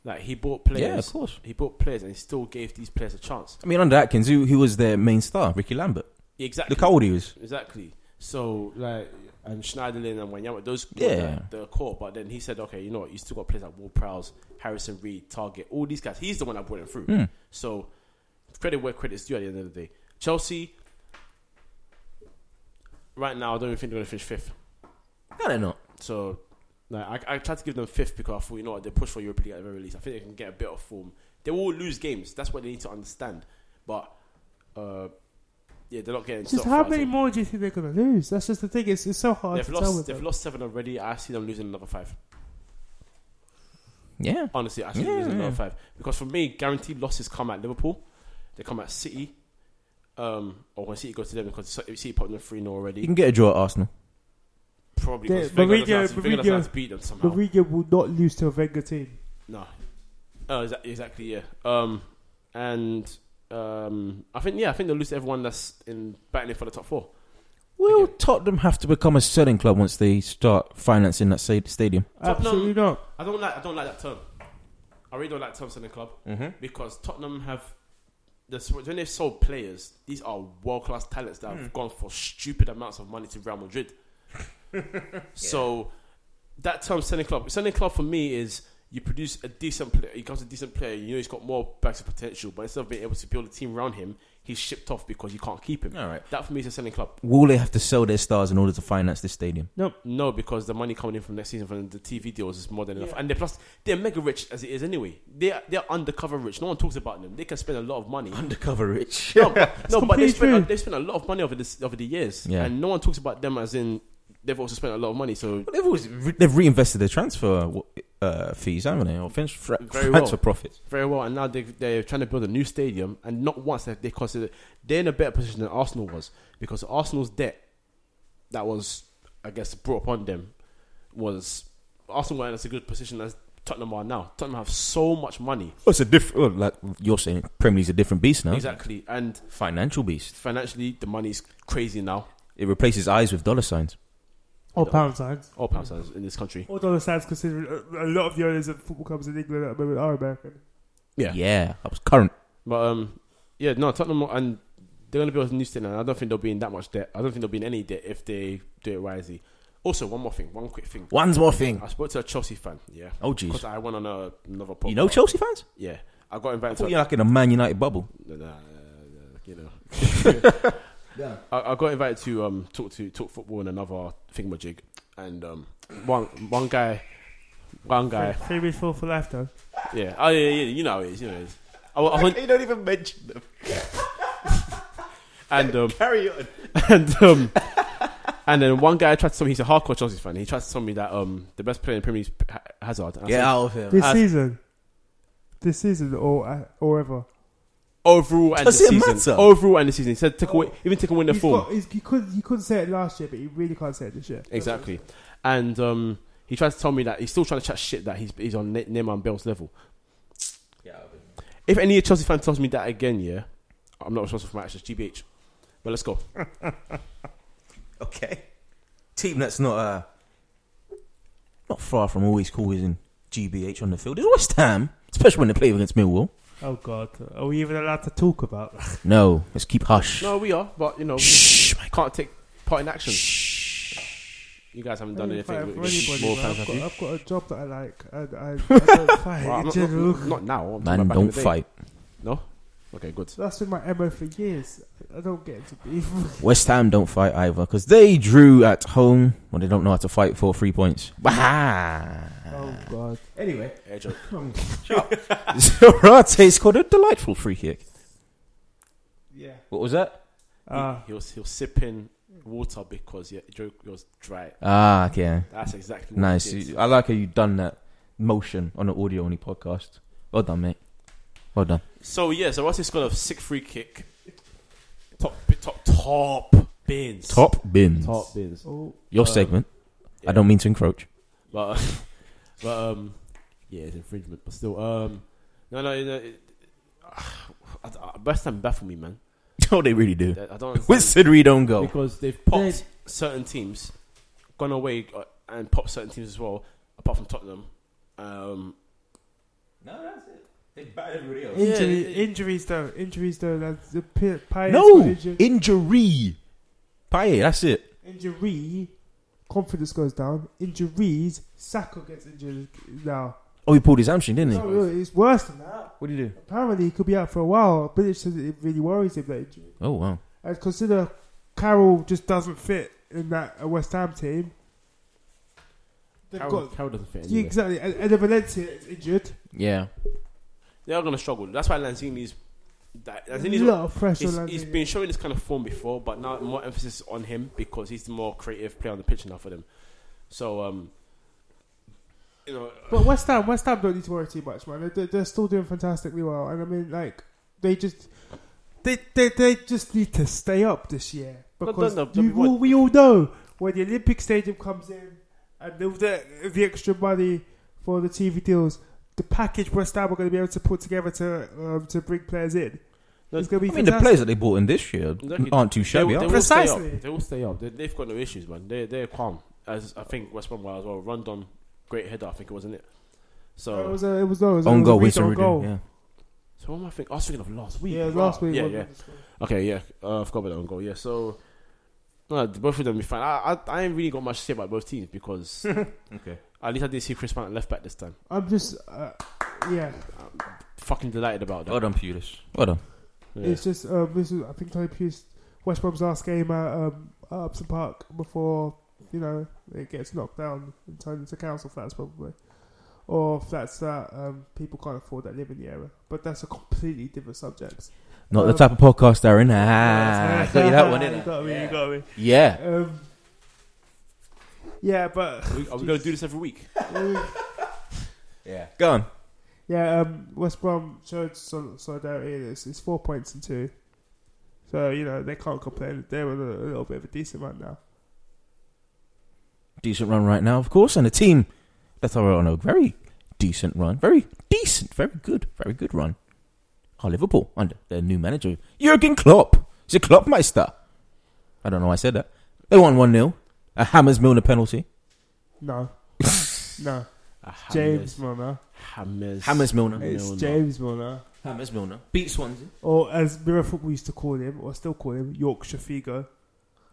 Speaker 3: Like he bought players,
Speaker 1: Yeah, of course.
Speaker 3: he bought players, and he still gave these players a chance.
Speaker 1: I mean, under Atkins, who, who was their main star? Ricky Lambert.
Speaker 3: Exactly,
Speaker 1: Look how old he was.
Speaker 3: exactly. So like, and Schneiderlin and Wanyama, those
Speaker 1: Yeah.
Speaker 3: the, the core. But then he said, okay, you know, what, you still got players like Will Prowse, Harrison Reed, Target, all these guys. He's the one that brought them through.
Speaker 1: Hmm.
Speaker 3: So credit where credit's due at the end of the day. Chelsea, right now, I don't even think they're going to finish fifth.
Speaker 1: No, they're not.
Speaker 3: So like, I, I tried to give them fifth because I thought, you know what, they push for Europa League at the very least. I think they can get a bit of form. They will lose games. That's what they need to understand. But uh, yeah, they're not getting.
Speaker 2: just
Speaker 3: top
Speaker 2: how
Speaker 3: five,
Speaker 2: many
Speaker 3: so-
Speaker 2: more do you think they're gonna lose? That's just the thing. It's, it's so hard
Speaker 3: They've
Speaker 2: to tell with
Speaker 3: lost. They've
Speaker 2: them.
Speaker 3: lost seven already. I see them losing another five.
Speaker 1: Yeah.
Speaker 3: Honestly, I see them
Speaker 1: Yeah,
Speaker 3: losing
Speaker 1: yeah.
Speaker 3: another five because for me, guaranteed losses come at Liverpool. They come at City. Um, or when City goes to them because City popped them three 0
Speaker 1: You
Speaker 3: already.
Speaker 1: can get a draw at Arsenal.
Speaker 3: Probably
Speaker 2: Yeah,
Speaker 3: because Wenger doesn't
Speaker 2: Mourinho-
Speaker 3: have to- Wenger doesn't
Speaker 2: Mourinho-
Speaker 3: have to beat them somehow.
Speaker 2: Mourinho will not lose to a Wenger team.
Speaker 3: No. Oh, exa- exactly. Yeah. Um, and um, I think yeah, I think they'll lose to everyone that's in battling for the top four.
Speaker 1: Will
Speaker 3: Okay.
Speaker 1: Tottenham have to become a selling club once they start financing that sa- stadium?
Speaker 3: Tottenham-
Speaker 2: Absolutely not.
Speaker 3: I don't like. I don't like that term. I really don't like Thompson and club
Speaker 1: Mm-hmm.
Speaker 3: because Tottenham have. the s- When they've sold players, these are world class talents that have gone for stupid amounts of money to Real Madrid. So that term selling club, selling club for me is you produce a decent player, he becomes a decent player, you know he's got more bags of potential, but instead of being able to build a team around him, he's shipped off because you can't keep him.
Speaker 1: All right.
Speaker 3: That for me is a selling club.
Speaker 1: Will they have to sell their stars in order to finance this stadium?
Speaker 3: No, because the money coming in from next season from the TV deals is more than enough, and they plus they're mega rich as it is anyway. They are, they're undercover rich. No one talks about them. They can spend a lot of money.
Speaker 1: Undercover *laughs* rich.
Speaker 3: No, but, no, but
Speaker 2: completely
Speaker 3: they
Speaker 2: true.
Speaker 3: spent they spent a lot of money over this over the years,
Speaker 1: Yeah.
Speaker 3: and no one talks about them as in they've also spent a lot of money. So
Speaker 1: Well, they've, always re- they've reinvested their transfer uh, fees, haven't they? Or fin- fra-
Speaker 3: Very
Speaker 1: transfer
Speaker 3: well.
Speaker 1: profits.
Speaker 3: very well, and now they they're trying to build a new stadium, and not once have they considered they're in a better position than Arsenal was because Arsenal's debt that was, I guess, brought upon them was Arsenal were in as a good position as Tottenham are now. Tottenham have so much money,
Speaker 1: Oh, it's a different. Well, like you're saying, Premier League's a different beast now.
Speaker 3: exactly, and
Speaker 1: Financial beast.
Speaker 3: financially the money's crazy now.
Speaker 1: It replaces eyes with dollar signs.
Speaker 2: Or
Speaker 3: Yeah.
Speaker 2: Oh, pound signs.
Speaker 3: All pound signs in this country.
Speaker 2: All dollar signs considering uh, a, a lot of the owners of football clubs in England at the moment are American.
Speaker 3: Yeah.
Speaker 1: Yeah, that was current.
Speaker 3: But um, yeah, no, Tottenham are- and they're going to build a new stadium. and I don't think they'll be in that much debt. I don't think they'll be in any debt if they do it wisely. Also, one more thing, one quick thing.
Speaker 1: One's more thing.
Speaker 3: I spoke to a Chelsea fan. Yeah.
Speaker 1: Oh, jeez.
Speaker 3: Because I went on a, another podcast.
Speaker 1: You know Chelsea fans?
Speaker 3: Yeah. I got
Speaker 1: I
Speaker 3: invited
Speaker 1: thought
Speaker 3: to.
Speaker 1: you're like in a Man United bubble.
Speaker 3: Nah, nah, nah, nah, you
Speaker 1: *laughs*
Speaker 3: know. I, I got invited to um, talk to talk football in another thingamajig, and um, one one guy, one guy,
Speaker 2: Three weeks full for life, though.
Speaker 3: Oh, yeah, oh yeah, yeah, you know how it is, you know. How it is. I, wa- I went,
Speaker 1: don't even mention them.
Speaker 3: *laughs* And um,
Speaker 4: Carry on.
Speaker 3: *laughs* and um, and then one guy tried to tell me he's a hardcore Chelsea fan. He tried to tell me that um, the best player in Premier League is Ha- Hazard. And I
Speaker 4: Get
Speaker 3: said,
Speaker 4: out of here.
Speaker 2: This
Speaker 3: As-
Speaker 2: season, this season or uh, or ever.
Speaker 3: overall and
Speaker 4: Does
Speaker 3: the
Speaker 4: it
Speaker 3: season.
Speaker 4: matter?
Speaker 3: Overall and the season. He said take away, even take away the
Speaker 2: He's
Speaker 3: form.
Speaker 2: got- he's- he could he couldn't say it last year, but he really can't say it this year.
Speaker 3: Exactly. And um, he tried to tell me that he's still trying to chat shit that he's he's on Ne- Neymar and Bell's level. If any Chelsea fan tells me that again, yeah, I'm not responsible for my actions. GBH. But let's go.
Speaker 1: Okay. Team that's not uh not far from always causing GBH on the field is West Ham, especially when they play against Millwall.
Speaker 2: Oh God, are we even allowed to talk about that?
Speaker 1: No, let's keep hush.
Speaker 3: No, we are, but you know, we
Speaker 1: Shh, Mike.
Speaker 3: can't take part in action.
Speaker 1: Shh.
Speaker 3: You guys haven't done anything.
Speaker 2: Fight
Speaker 3: with-
Speaker 2: for
Speaker 3: with
Speaker 2: anybody,
Speaker 3: more
Speaker 2: man.
Speaker 3: fans,
Speaker 2: I've,
Speaker 3: have
Speaker 2: got,
Speaker 3: you?
Speaker 2: I've got a job that I like, and I, I
Speaker 3: *laughs*
Speaker 2: don't fight
Speaker 3: Well,
Speaker 2: in
Speaker 3: not,
Speaker 2: general.
Speaker 3: not- not now. I'm talking
Speaker 1: Man,
Speaker 3: about back in
Speaker 1: don't
Speaker 3: the day.
Speaker 1: fight.
Speaker 3: Okay, good.
Speaker 2: That's been my MO for years. I don't get into beef. *laughs*
Speaker 1: West Ham don't fight either because they drew at home when they don't know how to fight for three points.
Speaker 3: *laughs*
Speaker 1: *laughs*
Speaker 2: oh God,
Speaker 1: Anyway,
Speaker 3: Air joke.
Speaker 1: Zarate scored a delightful free kick.
Speaker 2: yeah.
Speaker 1: What was that?
Speaker 2: Uh,
Speaker 3: he, he was he was sipping water because yeah, joke was dry.
Speaker 1: Ah, okay.
Speaker 3: That's exactly what
Speaker 1: Nice.
Speaker 3: He did.
Speaker 1: I like how you've done that motion on an audio only podcast. Well done, mate. Well done.
Speaker 3: So yeah, so Rossi's got a sick free kick. Top, top, top bins.
Speaker 1: bins.
Speaker 3: top bins.
Speaker 2: oh,
Speaker 1: Your
Speaker 3: Um,
Speaker 1: segment.
Speaker 3: yeah.
Speaker 1: I don't mean to *laughs* encroach.
Speaker 3: But, *laughs* but um, yeah, it's infringement. But still, um, no, no, no. It, I, I, West Ham baffle me, man.
Speaker 1: oh, they really do.
Speaker 3: I don't
Speaker 1: *laughs* With
Speaker 3: understand
Speaker 1: Sidri, don't go.
Speaker 3: because they've popped
Speaker 2: They-
Speaker 3: certain teams, gone away uh, and popped certain teams as well. Apart from Tottenham, um,
Speaker 1: No, that's it. They battered everybody else.
Speaker 2: injury,
Speaker 3: it-
Speaker 2: injuries though, injuries though. That's the pi- Pius
Speaker 1: No!
Speaker 2: got injured.
Speaker 1: Injury. Paye, that's it.
Speaker 2: injury, confidence goes down. Injuries, Saka gets injured now.
Speaker 1: Oh, he pulled his hamstring, didn't he?
Speaker 2: No, really, it's worse than that.
Speaker 1: What did he do?
Speaker 2: Apparently, he could be out for a while. British says it really worries him that injury.
Speaker 1: Oh, wow.
Speaker 2: And consider Carroll just doesn't fit in that uh, West Ham team. They've
Speaker 3: Carroll,
Speaker 2: got
Speaker 3: Carroll doesn't fit.
Speaker 2: yeah,
Speaker 3: Anyway.
Speaker 2: exactly, and, and then Valencia is injured.
Speaker 1: Yeah.
Speaker 3: They are going to struggle. That's why Lanzini's. That,
Speaker 2: There's
Speaker 3: Lanzini's
Speaker 2: a lot of pressure.
Speaker 3: He's,
Speaker 2: on
Speaker 3: he's
Speaker 2: Lanzini.
Speaker 3: been showing this kind of form before, but now more emphasis on him because he's the more creative player on the pitch now for them. So, um, you know,
Speaker 2: But West Ham, West Ham don't need to worry too much, man. They're, they're still doing fantastically well, and I mean, like they just they they, they just need to stay up this year
Speaker 3: No, no,
Speaker 2: because
Speaker 3: no,
Speaker 2: you,
Speaker 3: we want-
Speaker 2: all- we all know when the Olympic Stadium comes in and all the the extra money for the TV deals. The package West Ham are going to be able to put together to um, to bring players in.
Speaker 3: No,
Speaker 2: It's going to
Speaker 1: I
Speaker 2: be
Speaker 1: mean, the
Speaker 2: fantastic.
Speaker 1: players that they bought in this year
Speaker 3: Exactly.
Speaker 1: aren't too
Speaker 3: they,
Speaker 1: shabby.
Speaker 3: will-
Speaker 1: are
Speaker 3: they
Speaker 1: they?
Speaker 3: will stay
Speaker 2: Precisely.
Speaker 3: up. They will stay up. They, they've got no issues, man. They they're calm. As I think West Brom were as well. Rondon, great header. I think it wasn't it.
Speaker 2: it
Speaker 3: So,
Speaker 2: was a, it was, no, it was
Speaker 1: on
Speaker 2: it was
Speaker 1: goal,
Speaker 2: a
Speaker 1: Winston
Speaker 2: read on
Speaker 1: Rudu,
Speaker 2: goal.
Speaker 1: Yeah.
Speaker 3: so what am I thinking? I was thinking of last week.
Speaker 2: Yeah,
Speaker 3: Right.
Speaker 2: last week.
Speaker 3: Yeah,
Speaker 2: wasn't
Speaker 3: yeah.
Speaker 2: it?
Speaker 3: Okay, yeah, uh, I forgot about that on goal. Yeah, so no, the- both of them be fine. I, I I ain't really got much to say about both teams because *laughs* okay, at least I did see Chris Mount at left back this time.
Speaker 2: I'm just, uh, yeah.
Speaker 3: Fucking delighted about that.
Speaker 1: Well done, Pulis. Well done.
Speaker 3: Yeah.
Speaker 2: It's just um, this is I think Tony Pulis West Brom's last game at um, at Upton Park before you know it gets knocked down and turned into council flats probably, or flats that um, people can't afford that live in the area. But that's a completely different subject.
Speaker 1: Not the
Speaker 2: Um,
Speaker 1: type of podcast they're in. Ah, got you that one,
Speaker 2: *laughs* You
Speaker 1: innit?
Speaker 2: got me. You got me.
Speaker 1: Yeah.
Speaker 2: Um, yeah, but *laughs*
Speaker 3: Are we, are we going to do this every week?
Speaker 1: Yeah. Go on.
Speaker 2: yeah, um, West Brom showed sol- solidarity. in this. It's four points and two, so you know they can't complain. They're on a, a little bit of a decent run now.
Speaker 1: Decent run right now, of course, and a team that are on a very decent run. Very decent, very good, very good run. Are Liverpool under their new manager, Jurgen Klopp. He's a Kloppmeister. I don't know why I said that. They won 1 0. A Hammers Milner penalty.
Speaker 2: No. no.
Speaker 3: Ah,
Speaker 2: James Milner.
Speaker 3: Hammers.
Speaker 1: Hammers Milner.
Speaker 3: Hey.
Speaker 2: It's
Speaker 3: Milner.
Speaker 2: James Milner.
Speaker 1: Hammers Milner. Beat Swansea. *laughs*
Speaker 2: Or as Mirror Football used to call him, or still call him, Yorkshire Figo.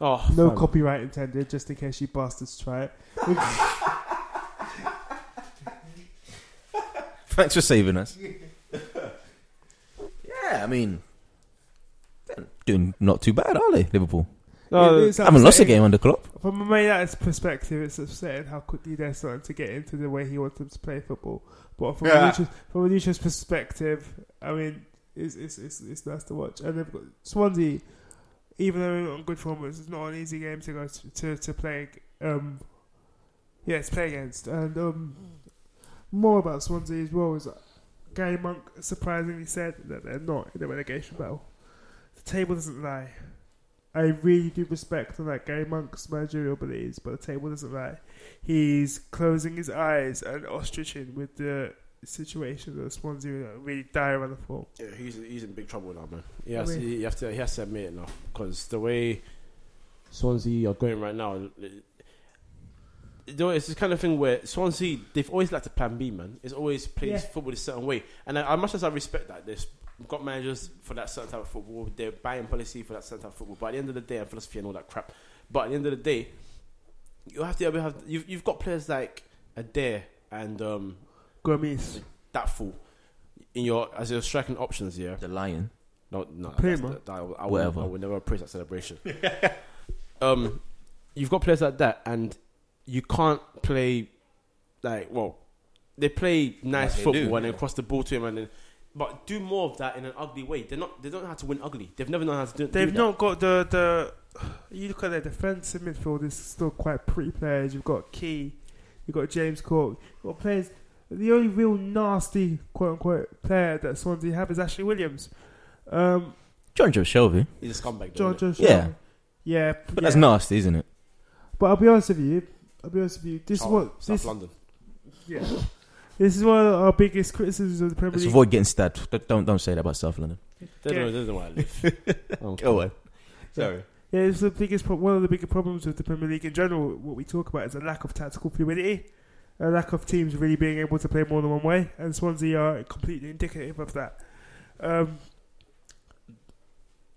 Speaker 3: Oh,
Speaker 2: No
Speaker 3: fam.
Speaker 2: copyright intended, just in case you bastards try it.
Speaker 1: Thanks for saving us. *laughs* yeah, I mean, they're doing not too bad, are they, Liverpool?
Speaker 3: Oh,
Speaker 2: No,
Speaker 1: I
Speaker 2: it's
Speaker 1: haven't lost a
Speaker 2: upsetting.
Speaker 1: game under Klopp.
Speaker 2: From a Man United's perspective, it's upsetting how quickly they're starting to get into the way he wants them to play football. But from,
Speaker 1: Yeah.
Speaker 2: a, neutral, from a neutral's perspective, I mean, it's, it's, it's, it's nice to watch. And they've got Swansea even though we're on good performance, it's not an easy game to go to to, to play. Um, yeah, to play against, and um, more about Swansea as well is that Gary Monk surprisingly said that they're not in the relegation battle. The table doesn't lie. I really do respect and like Gary Monk's managerial beliefs, but the table doesn't lie. He's closing his eyes and ostriching with the situation that Swansea are really dire on the form.
Speaker 3: Yeah, he's he's in big trouble now, man. He has,
Speaker 2: I mean-
Speaker 3: he, have to he has to admit it now because the way Swansea are going right now, it- you know, it's this kind of thing where Swansea they've always liked to plan B, man. It's always plays
Speaker 2: Yeah.
Speaker 3: football a certain way, and I, as much as I respect that, they've got managers for that certain type of football, their buying policy for that certain type of football. But at the end of the day, and philosophy and all that crap. But at the end of the day, you have to have you've, you've got players like Adair and um,
Speaker 2: Gomis.
Speaker 3: that fool in your as your striking options, yeah.
Speaker 1: The lion.
Speaker 3: No, no,
Speaker 2: Pretty
Speaker 3: that's,
Speaker 2: much.
Speaker 3: that, that, I, would- I
Speaker 1: Whatever.
Speaker 3: Would, I would never praise
Speaker 2: *laughs*
Speaker 3: that celebration. um, you've got players like that, and you can't play like well, they play nice
Speaker 1: they
Speaker 3: football
Speaker 1: do,
Speaker 3: and
Speaker 1: yeah.
Speaker 3: then cross the ball to him and then, but do more of that in an ugly way. They're not. They don't know how to win ugly. They've never known how to do. do
Speaker 2: They've
Speaker 3: that.
Speaker 2: not got the the. You look at their defensive midfield; it's still quite pretty players. You've got Key, you've got James Cork, you've got players. The only real nasty quote unquote player that Swansea have is Ashley Williams, um,
Speaker 1: John Joe Shelby.
Speaker 3: He's a scumbag.
Speaker 2: John
Speaker 3: though, innit?
Speaker 2: Joe. Shaw.
Speaker 1: Yeah.
Speaker 2: yeah,
Speaker 1: But
Speaker 2: yeah.
Speaker 1: that's nasty, isn't it?
Speaker 2: But I'll be honest with you. I'll be honest with you. This
Speaker 3: Oh,
Speaker 2: is what
Speaker 3: South
Speaker 2: this, *laughs*
Speaker 3: London.
Speaker 2: yeah. this is one of our biggest criticisms of the Premier
Speaker 1: Let's
Speaker 2: League.
Speaker 1: avoid getting stabbed. Don't- Don't don't say that about South London.
Speaker 3: They don't, know, they don't know where I live.
Speaker 2: *laughs*
Speaker 3: oh,
Speaker 1: Go away.
Speaker 2: Sorry. Yeah, it's the biggest pro- one of the bigger problems with the Premier League in general. What we talk about is a lack of tactical fluidity, a lack of teams really being able to play more than one way, and Swansea are completely indicative of that. Um,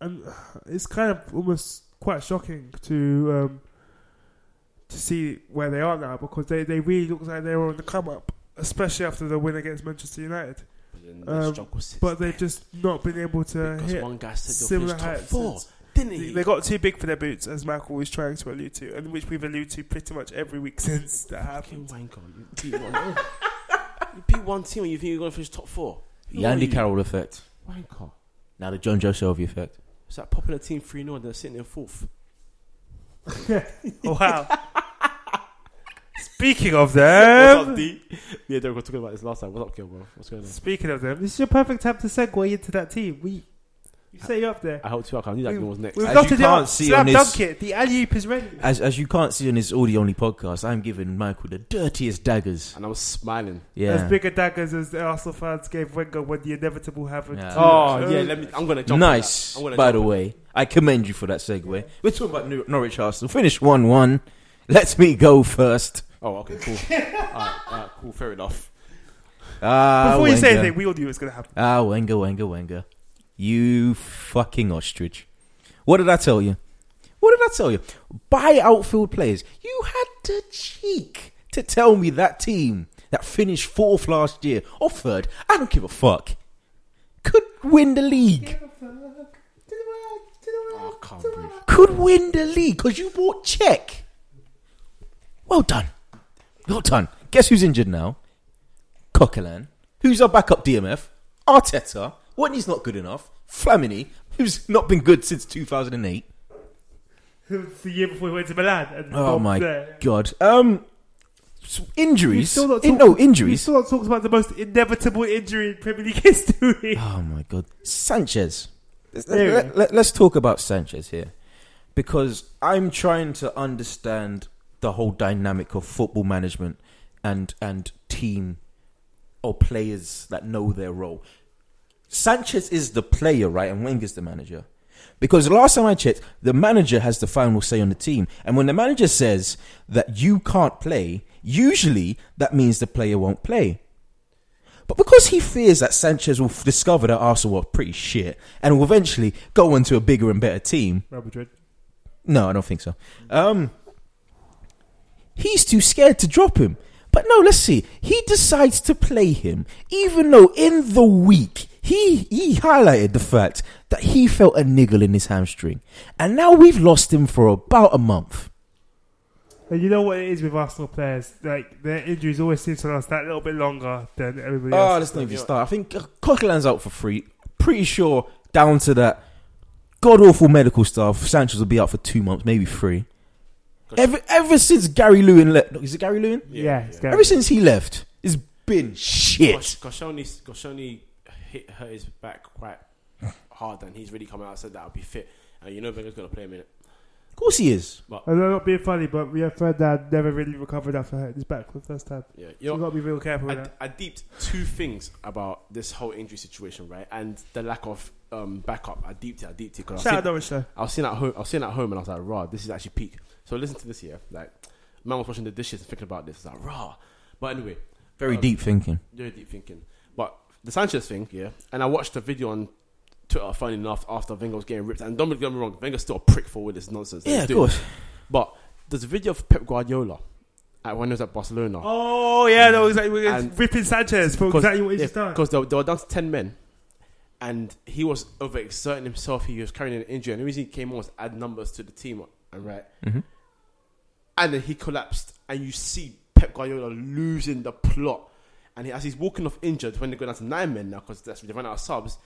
Speaker 2: and it's kind of almost quite shocking to um, to see where they are now because they, they really look like they were on the come up, especially after the win against Manchester United.
Speaker 3: But then
Speaker 2: Um,
Speaker 3: the struggle sits
Speaker 2: But they've just not been able to
Speaker 3: because
Speaker 2: hit
Speaker 3: one guy said they'll
Speaker 2: similar
Speaker 3: finish top
Speaker 2: heights.
Speaker 3: four, didn't he?
Speaker 2: They they got too big for their boots, as Michael was trying to allude to, and which we've alluded to pretty much every week *laughs* since that
Speaker 3: Fucking
Speaker 2: happened.
Speaker 3: wanker. You beat one. you beat one team and you think you're going to finish top four. Who are
Speaker 1: Yandy
Speaker 3: you?
Speaker 1: Carroll effect.
Speaker 3: Wanker.
Speaker 1: Now the John Joe Shelby effect.
Speaker 3: It's like popping a team 3 0 and they're sitting in fourth.
Speaker 2: Oh,
Speaker 1: *laughs*
Speaker 2: wow. Speaking of
Speaker 1: Um,
Speaker 2: them,
Speaker 3: D? Yeah, they were talking about this last time. What's up, Gil, bro? What's going on?
Speaker 2: speaking of them, this is your perfect time to segue into that team. We, you set you up there.
Speaker 3: I hope too. I knew
Speaker 1: Mm.
Speaker 3: that game was next.
Speaker 2: We've
Speaker 1: As
Speaker 2: got
Speaker 1: you
Speaker 2: to do
Speaker 1: can't
Speaker 2: our
Speaker 1: see
Speaker 2: slam
Speaker 1: on
Speaker 2: dunk
Speaker 1: this-
Speaker 2: it. The alley oop is ready.
Speaker 1: As as you can't see on this audio only podcast, I'm giving Michael the dirtiest daggers.
Speaker 3: And I was smiling.
Speaker 2: As
Speaker 1: Yeah.
Speaker 2: bigger daggers as the Arsenal fans gave Wenger when the inevitable happened.
Speaker 1: Yeah.
Speaker 2: to-
Speaker 3: Oh,
Speaker 2: Uh,
Speaker 3: yeah, let me. I'm going to jump.
Speaker 1: Nice,
Speaker 3: on that. I'm gonna
Speaker 1: by
Speaker 3: jump
Speaker 1: the
Speaker 3: on
Speaker 1: way. I commend you for that segue. We're talking about Nor- Norwich Arsenal. Finish 1 1. Let me go first.
Speaker 3: that. Oh, okay,
Speaker 1: *laughs*
Speaker 3: cool. Alright, alright, cool, fair enough.
Speaker 1: Ah,
Speaker 2: Before you say
Speaker 1: Wenger.
Speaker 2: anything, we all knew it was going to happen.
Speaker 1: Ah, Wenger, Wenger, Wenger. You fucking ostrich. What did I tell you? What did I tell you? Buy outfield players. You had the cheek to tell me that team that finished fourth last year or third, I don't give a fuck, could win the league.
Speaker 3: Oh, I can't breathe.
Speaker 1: Could win the league because you bought check. Well done. Well done. Guess who's injured now? Coquelin. Who's our backup DMF? Arteta. When he's not good enough. Flamini, who's not been good since 2008.
Speaker 2: It's *laughs* the year before we went to Milan. And
Speaker 1: Oh
Speaker 2: Bob's
Speaker 1: my
Speaker 2: there.
Speaker 1: god. Um, s-
Speaker 2: We've
Speaker 1: injuries.
Speaker 2: still not
Speaker 1: In- no
Speaker 2: talked- We
Speaker 1: injuries.
Speaker 2: still not talked about the most inevitable injury in Premier League *laughs*
Speaker 1: *laughs*
Speaker 2: history.
Speaker 1: Oh my god, Sanchez. Let,
Speaker 2: There we
Speaker 1: let, us talk about Sanchez here, because I'm trying to understand the whole dynamic of football management and and team or players that know their role. Sanchez is the player, right, and Wenger's the manager. Because the last time I checked, the manager has the final say on the team. And when the manager says that you can't play, usually that means the player won't play. But because he fears that Sanchez will f- discover that Arsenal are pretty shit and will eventually go on to a bigger and better team,
Speaker 2: Real Madrid.
Speaker 1: no, I don't think so. Um, he's too scared to drop him. But no, let's see. He decides to play him, even though in the week he he highlighted the fact that he felt a niggle in his hamstring, and now we've lost him for about a month.
Speaker 2: And you know what it is with Arsenal players? Like their injuries always seem to last that little bit longer than everybody else.
Speaker 1: Oh, let's not even start. I think Coquelin's out for free. Pretty sure down to that god awful medical stuff. Sanchez will be out for two months, maybe three.
Speaker 3: Gotcha.
Speaker 1: Ever ever since Gary Lewin left, is it Gary Lewin?
Speaker 2: Yeah, it's
Speaker 1: Ever since he left, it's been shit.
Speaker 3: Gosh, Goshoni, Goshoni hit hurt his back quite hard, and he's really come out and said that I'll be fit. And you know Wenger's going to play him in it.
Speaker 1: Of course he is.
Speaker 2: I'm not being funny, but Rio Ferdinand never really recovered after hurting his back for the first time.
Speaker 3: Yeah, you
Speaker 2: You have
Speaker 3: know,
Speaker 2: got to be real careful
Speaker 3: I,
Speaker 2: with that.
Speaker 3: I deeped two things about this whole injury situation, right? And the lack of um, backup. I deeped it, I deeped it. Cause
Speaker 2: Shout
Speaker 3: I,
Speaker 2: out
Speaker 3: was sitting,
Speaker 2: Norwich though.
Speaker 3: I was sitting at home, I was sitting at home and I was like, raw, this is actually peak. So listen to this here. Like, man was washing the dishes and thinking about this. It's like, raw. But anyway,
Speaker 1: Very
Speaker 3: Um,
Speaker 1: deep thinking.
Speaker 3: very deep thinking. But the Sanchez thing, yeah, and I watched a video on Twitter, funny enough, after Wenger was getting ripped. And don't get me wrong, Wenger's still a prick for all this nonsense. that
Speaker 1: Yeah,
Speaker 3: he's
Speaker 1: of
Speaker 3: doing.
Speaker 1: course.
Speaker 3: But there's a video of Pep Guardiola at when he was at Barcelona.
Speaker 2: Oh yeah, no, exactly. We're
Speaker 3: And-
Speaker 2: ripping Sanchez for
Speaker 3: Because-
Speaker 2: exactly what he's
Speaker 3: yeah,
Speaker 2: just done.
Speaker 3: Because they, were- they were down to 10 men and he was overexerting himself. He was carrying an injury. And the reason he came on was add numbers to the team. And right.
Speaker 1: Mhm.
Speaker 3: And then he collapsed. And you see Pep Guardiola losing the plot. And he, as he's walking off injured, when they go down to nine men now, because that's when they ran out of subs,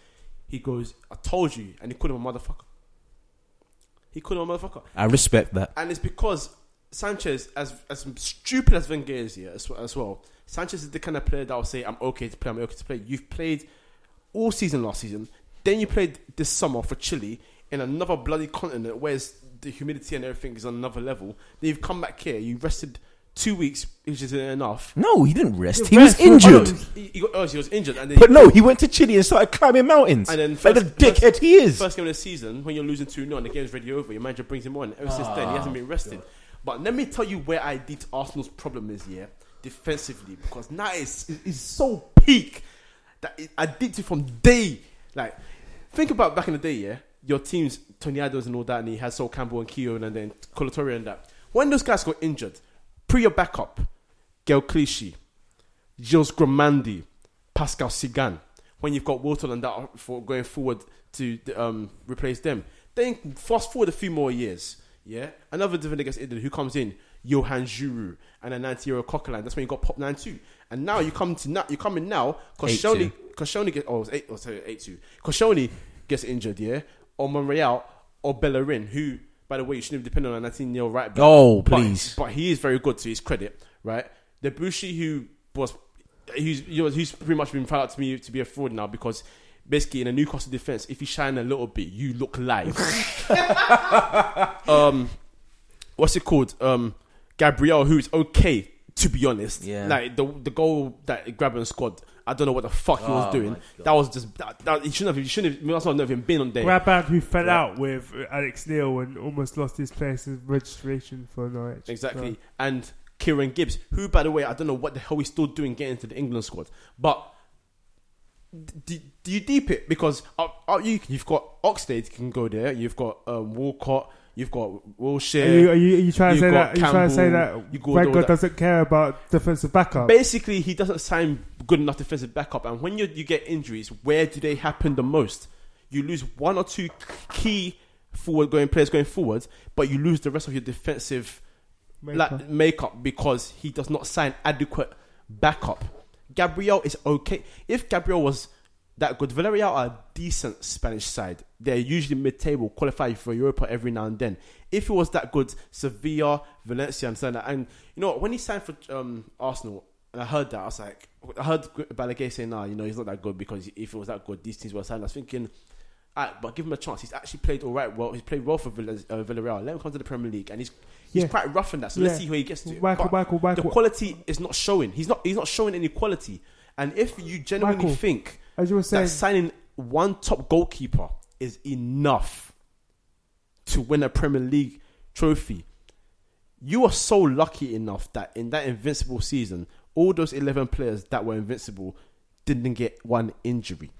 Speaker 3: he goes, I told you. And he called him a motherfucker. He called him a motherfucker.
Speaker 1: I respect that.
Speaker 3: And it's because Sanchez, as as stupid as Wenger is here as, as well, Sanchez is the kind of player that will say, "I'm okay to play. I'm okay to play." You've played all season last season, then you played this summer for Chile in another bloody continent where it's- the humidity and everything is on another level. Then you've come back here. You rested two weeks, which isn't enough.
Speaker 1: No, he didn't rest. He
Speaker 2: Yeah,
Speaker 1: was
Speaker 2: rest was-
Speaker 1: injured.
Speaker 2: oh,
Speaker 3: He, he got, oh, he was injured, and then
Speaker 1: But no, he went to Chile and started climbing mountains.
Speaker 3: And then
Speaker 1: like the
Speaker 3: first-
Speaker 1: dickhead he is.
Speaker 3: First game of the season, when you're losing 2 0 and the game's already over, your manager brings him on. Ever since then, he hasn't been rested. But let me tell you where I did Arsenal's problem is, yeah, defensively, because now it's, it's so peak that it, I did it from day. Like, think about back in the day, yeah, your teams, Tornadoes and all that, and he had Sol Campbell and Keogh and then Colatori and that. When those guys got injured, pre your backup, Gail Clichy, Gilles Gramandi, Pascal Sigan, when you've got Wilton and that for going forward to um, replace them. Then fast forward a few more years, yeah, another defender gets injured. Who comes in? Johan Giroud and a 90-year-old Coquelin. That's when you got pop 9-2. And now you come to now you come in now because
Speaker 1: 8-2.
Speaker 3: Shoney Koshoni gets oh, it was eight, oh sorry, eight two. Koshoni gets injured, yeah, or Monreal or Bellerin, who by the way you shouldn't depend on a 19 year old right back.
Speaker 1: Oh,
Speaker 3: But-
Speaker 1: please.
Speaker 3: But, he is very good to his credit, right? Debushi, who was, who's, you know, who's pretty much been found out to me to be a fraud now because basically in a Newcastle defense, if you shine a little bit, you
Speaker 1: *laughs*
Speaker 3: look live. um, what's it called? Um, Gabriel, who's okay to be honest.
Speaker 1: Yeah.
Speaker 3: Like the the goal that Graben scored, I don't know what the fuck he
Speaker 1: Oh,
Speaker 3: was doing.
Speaker 1: my God.
Speaker 3: That was just that, that he shouldn't have. He shouldn't have. That's not not even been on there.
Speaker 2: Grabband who fell
Speaker 3: Yeah.
Speaker 2: out with Alex Neil and almost lost his place in registration for Norwich.
Speaker 3: Exactly. And Kieran Gibbs, who, by the way, I don't know what the hell he's still doing getting into the England squad. But do, do you deep it? Because up, up you, you've got Oxlade can go there. You've got um, Walcott. You've got
Speaker 2: So, Are, you,
Speaker 3: Wilshere.
Speaker 2: are, you, are you trying to
Speaker 3: You
Speaker 2: say
Speaker 3: got
Speaker 2: that? Are you trying to say
Speaker 3: Campbell, you
Speaker 2: that
Speaker 3: got all
Speaker 2: Wenger
Speaker 3: that.
Speaker 2: doesn't care about defensive backup?
Speaker 3: Basically, he doesn't sign good enough defensive backup. And when you, you get injuries, where do they happen the most? You lose one or two key forward going players going forward, but you lose the rest of your defensive
Speaker 2: Make up.
Speaker 3: like makeup because he does not sign adequate backup. Gabriel is okay. If Gabriel was that good, Villarreal are a decent Spanish side. They're usually mid-table, qualify for Europa every now and then. If he was that good, Sevilla, Valencia, and so that. And you know what? When he signed for um, Arsenal, and I heard that, I was like, I heard Balaguer saying, "Nah, you know, he's not that good because if it was that good, these teams were signed." I was thinking. Alright, but give him a chance. He's actually played all right. Well, he's played well for Villa, uh, Villarreal. Let him come to the Premier League, and he's he's
Speaker 2: Yeah.
Speaker 3: quite rough in that. So
Speaker 2: Yeah.
Speaker 3: let's see where he gets to.
Speaker 2: Michael,
Speaker 3: But
Speaker 2: Michael,
Speaker 3: the
Speaker 2: Michael.
Speaker 3: quality is not showing. He's not. He's not showing any quality. And if you genuinely
Speaker 2: Michael,
Speaker 3: think
Speaker 2: As you were saying,
Speaker 3: that signing one top goalkeeper is enough to win a Premier League trophy, you are so lucky enough that in that invincible season, all those eleven players that were invincible didn't get one injury.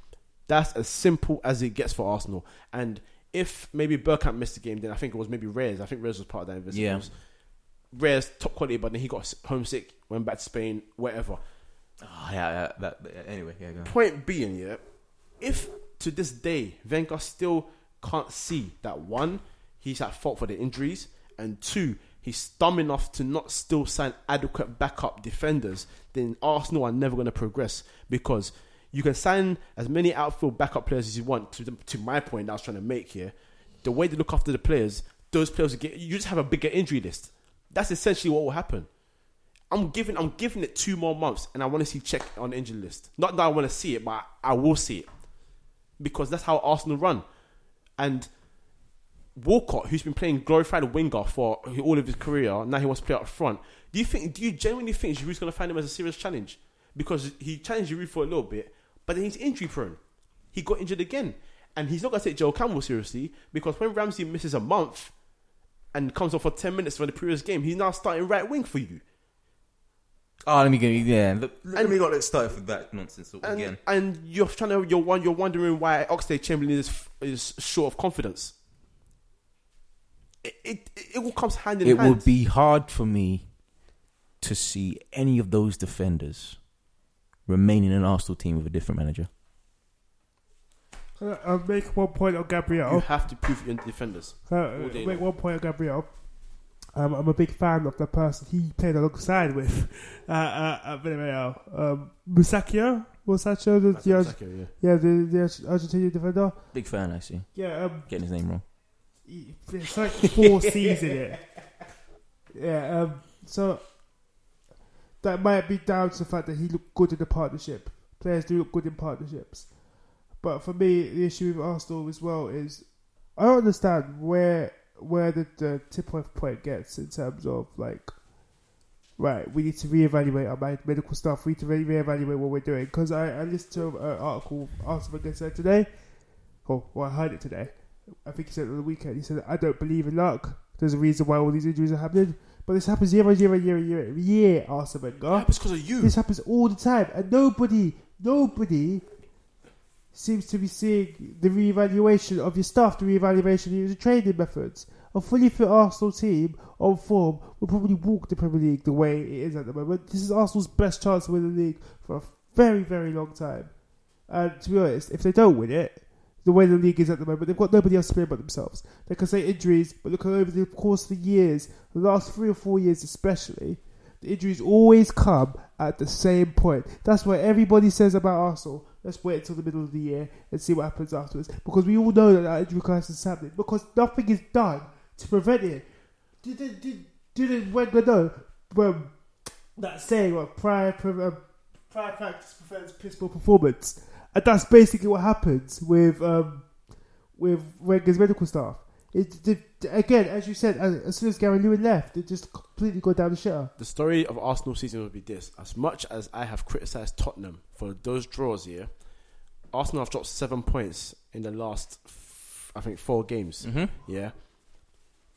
Speaker 3: That's as simple as it gets for Arsenal. And if maybe Burkamp missed the game, then I think it was maybe Reyes. I think Reyes was part of that invincible.
Speaker 1: Yeah.
Speaker 3: Reyes top quality, but then he got homesick, went back to Spain, whatever.
Speaker 1: Ah, yeah, yeah, that- that- anyway, yeah, go on.
Speaker 3: Point being, yeah, if to this day Wenger still can't see that one, he's at fault for the injuries, and two, he's dumb enough to not still sign adequate backup defenders, then Arsenal are never going to progress because you can sign as many outfield backup players as you want. To the, to my point, that I was trying to make here, the way they look after the players, those players will get. You just have a bigger injury list. That's essentially what will happen. I'm giving I'm giving it two more months, and I want to see check on the injury list. Not that I want to see it, but I will see it because that's how Arsenal run. And Walcott, who's been playing glorified winger for all of his career, now he wants to play up front. Do you think? Do you genuinely think Giroud's going to find him as a serious challenge? Because he challenged Giroud for a little bit, but then he's injury prone. He got injured again, and he's not going to take Joe Campbell seriously because when Ramsey misses a month and comes off for ten minutes from the previous game, he's now starting right wing for you.
Speaker 1: Oh, let me go. Yeah, let, let
Speaker 4: And-
Speaker 1: me not get started with that nonsense
Speaker 3: and,
Speaker 1: again.
Speaker 3: And you're trying to you're one you're wondering why Oxlade Chamberlain is is short of confidence. It it, it all comes hand in
Speaker 1: It
Speaker 3: hand.
Speaker 1: would be hard for me to see any of those defenders remain in an Arsenal team with a different manager.
Speaker 2: Uh, I'll make one point on Gabriel.
Speaker 3: you have to prove your defenders.
Speaker 2: So,
Speaker 3: All
Speaker 2: uh,
Speaker 3: day
Speaker 2: make
Speaker 3: long.
Speaker 2: one point, Gabriel. Um, I'm a big fan of the person he played alongside with *laughs* uh, uh, at Villarreal. Um, Musacchio? Musacchio? The, the, Arge-
Speaker 3: Exactly, yeah.
Speaker 2: yeah, the, the Arge- Argentinian defender?
Speaker 1: Big fan, I see.
Speaker 2: Yeah, um,
Speaker 1: Getting his name wrong.
Speaker 2: he- it's like four C's in it. Yeah, um, so that might be down to the fact that he looked good in the partnership. Players do look good in partnerships. But for me, the issue with Arsenal as well is I don't understand where where the, the tip off point gets in terms of like, right, we need to reevaluate our med- medical stuff, we need to re- reevaluate what we're doing. Because I, I listened to an article Arsenal against said today, or well, I heard it today. I think he said it on the weekend. He said, I don't believe in luck. There's a reason why all these injuries are happening. But this happens year on year on year on year on year, Arsene
Speaker 3: It
Speaker 2: Wenger.
Speaker 3: happens because of you.
Speaker 2: This happens all the time, and nobody, nobody seems to be seeing the reevaluation of your staff, the reevaluation of your training methods. A fully fit Arsenal team on form will probably walk the Premier League the way it is at the moment. This is Arsenal's best chance to win the league for a very, very long time. And to be honest, if they don't win it, the way the league is at the moment, they've got nobody else to blame but themselves. They can say injuries, but look over the course of the years, the last three or four years especially, the injuries always come at the same point. That's what everybody says about Arsenal. Let's wait until the middle of the year and see what happens afterwards. Because we all know that that injury crisis is happening. Because nothing is done to prevent it. Didn't did, didn't Wenger know um, that saying what prior pre- um, prior practice prevents principal performance, and that's basically what happens with um, with Wenger's medical staff. It, it, again, as you said, as, as soon as Gary Lewin left, it just completely got down the shitter.
Speaker 3: the story of Arsenal season would be this: as much as I have criticised Tottenham for those draws here, Arsenal have dropped seven points in the last, f- I think, four games.
Speaker 1: Mm-hmm.
Speaker 3: Yeah.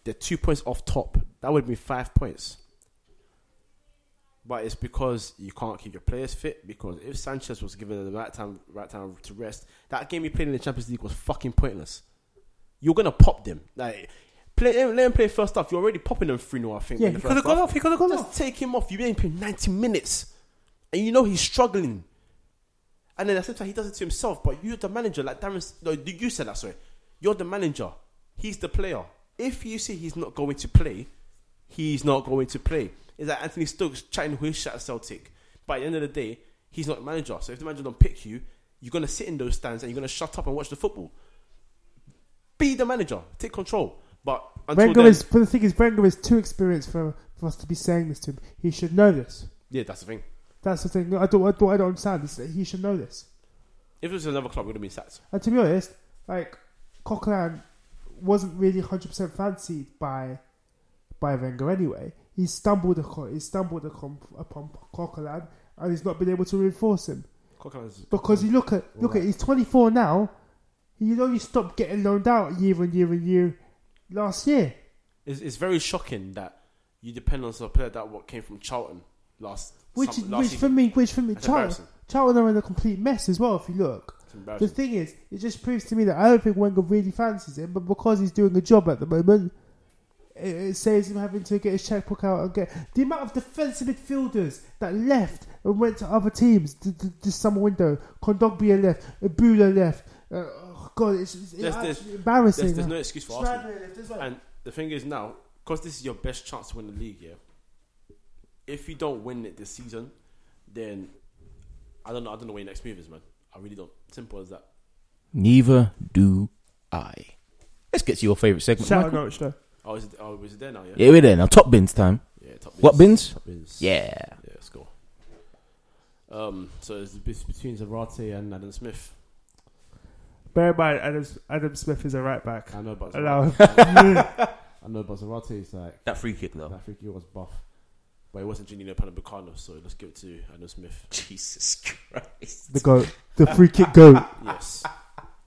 Speaker 3: They're two points off top. That would be five points. But it's because you can't keep your players fit. Because if Sanchez was given the right time, right time to rest, that game he played in the Champions League was fucking pointless. You're gonna pop them. Like, play, let him play first half. You're already popping them three 0 I think.
Speaker 2: Yeah,
Speaker 3: in the
Speaker 2: he
Speaker 3: first
Speaker 2: could have gone
Speaker 3: half.
Speaker 2: off. He could have gone off.
Speaker 3: Just take him off. You made him play 90 minutes. And you know he's struggling. And then at the same time, he does it to himself. But you're the manager. Like Darren, s- no, you said that, sorry. You're the manager. He's the player. If you see he's not going to play, he's not going to play. It's like Anthony Stokes chatting who shit at Celtic. But at the end of the day, he's not the manager. So if the manager don't pick you, you're going to sit in those stands and you're going to shut up and watch the football. Be the manager. Take control. But until
Speaker 2: Wenger
Speaker 3: then,
Speaker 2: is, but the thing is, Wenger is too experienced for, for us to be saying this to him. He should know this.
Speaker 3: yeah, that's the thing.
Speaker 2: That's the thing. No, I don't, I don't, I don't understand this. He should know this.
Speaker 3: If it was another club, we'd have been sacked.
Speaker 2: And to be honest, like Coquelin wasn't really hundred percent fancied by by Wenger anyway. He stumbled upon, he stumbled upon, upon Coquelin, and he's not been able to reinforce him
Speaker 3: Coquelin's-
Speaker 2: because you look at look at he's twenty four now. You know you stopped getting loaned out year and year and year last year.
Speaker 3: It's, it's very shocking that you depend on a player that what came from Charlton last
Speaker 2: Which
Speaker 3: some-
Speaker 2: is
Speaker 3: last
Speaker 2: which for
Speaker 3: season.
Speaker 2: me, which for me,
Speaker 3: That's
Speaker 2: Charlton,
Speaker 3: embarrassing.
Speaker 2: Charlton are in a complete mess as well. If you look,
Speaker 3: It's
Speaker 2: The
Speaker 3: embarrassing.
Speaker 2: thing is, it just proves to me that I don't think Wenger really fancies him, but because he's doing a job at the moment, it, it saves him having to get his checkbook out and get the amount of defensive midfielders that left and went to other teams th- th- this summer window. Kondogbia left, Ibula left. Uh, oh God, it's, it's
Speaker 3: There's- there's-
Speaker 2: actually embarrassing.
Speaker 3: There's, there's no excuse for Arsenal.
Speaker 2: Schneider left as well.
Speaker 3: And the thing is now, because this is your best chance to win the league, yeah. If you don't win it this season, then I don't know. I don't know where your next move is, man. I really don't. Simple as that.
Speaker 1: Neither do I. Let's get to your favourite segment.
Speaker 2: Shout out
Speaker 1: Michael.
Speaker 2: Norwich though.
Speaker 3: Oh, is it, oh, is it there now? Yeah.
Speaker 1: Yeah, we're there now. Top bins time.
Speaker 3: Yeah, top
Speaker 1: What bins?
Speaker 3: Top bins.
Speaker 1: Yeah.
Speaker 3: Yeah, let's go. Um, so it's bet- between Zarate and Adam Smith.
Speaker 2: Bear in mind, Adam, Adam Smith is a right back.
Speaker 3: I know about
Speaker 2: Allow
Speaker 3: Zarate.
Speaker 2: *laughs*
Speaker 3: I know about Zarate is like
Speaker 1: That free kick though.
Speaker 3: I think he was buff, but it wasn't Janino Panabucano. So let's give it to Adam *laughs* Smith.
Speaker 1: Jesus Christ.
Speaker 2: the goat, the free kick goat.
Speaker 3: Yes,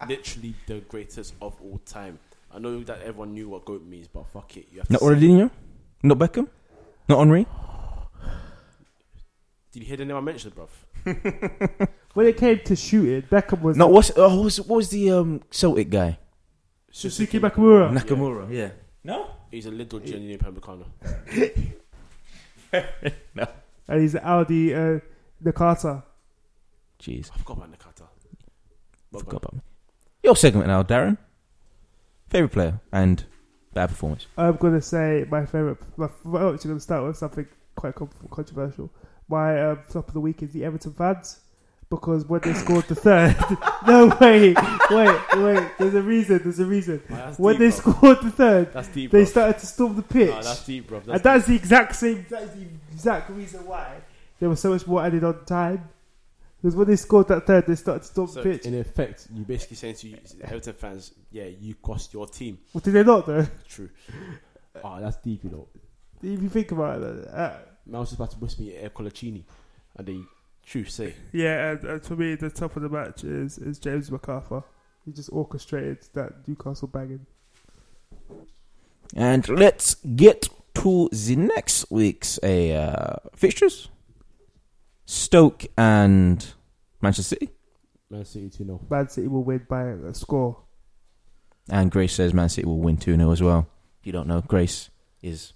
Speaker 3: literally the greatest of all time. I know that everyone knew what goat means, but fuck it, you have to
Speaker 1: Not
Speaker 3: say it.
Speaker 1: Ronaldinho? Not Beckham? Not Henri?
Speaker 3: Did you hear the name I mentioned, bruv?
Speaker 2: When it came to shooting, Beckham was
Speaker 1: Not what's, oh, what, was, what was the um, Celtic guy?
Speaker 2: Suzuki Nakamura.
Speaker 1: Nakamura, yeah. No?
Speaker 3: He's a little Janino Panabucano.
Speaker 2: and he's Aldi uh, Nakata.
Speaker 1: Jeez.
Speaker 3: I forgot about Nakata. But
Speaker 1: Forgot about me. Your segment now, Darren. Favourite player and bad performance.
Speaker 2: I'm gonna say my favorite. My, I'm actually gonna start with something quite con- controversial. My um, flop of the week is the Everton fans because when they scored the third, *laughs* no wait, wait, wait. There's a reason. There's a reason.
Speaker 3: Oh, that's
Speaker 2: When
Speaker 3: deep,
Speaker 2: they
Speaker 3: bruv.
Speaker 2: scored the third,
Speaker 3: That's deep.
Speaker 2: they
Speaker 3: bruv.
Speaker 2: started to storm the pitch,
Speaker 3: Nah, Oh, that's deep, bruv.
Speaker 2: and
Speaker 3: That's
Speaker 2: that's the exact same. That's the exact reason why there was so much more added on time. Because when they scored that third, they started to storm
Speaker 3: So
Speaker 2: the pitch.
Speaker 3: in effect, you basically saying to you, Everton fans, yeah, you cost your team.
Speaker 2: Well, did they not though? *laughs*
Speaker 3: True. *laughs* Ah, that's deep, you know.
Speaker 2: If you think about it, uh,
Speaker 3: Man was just about to whisper me Air Colaccini, and they true say
Speaker 2: Yeah, and, and for me, the top of the match is, is James MacArthur. He just orchestrated that Newcastle banging.
Speaker 1: And let's get to the next week's uh, fixtures Stoke and Manchester City.
Speaker 3: Man City two 0
Speaker 2: Man City will win by a score.
Speaker 1: And Grace says Man City will win 2 0 as well. If you don't know, Grace is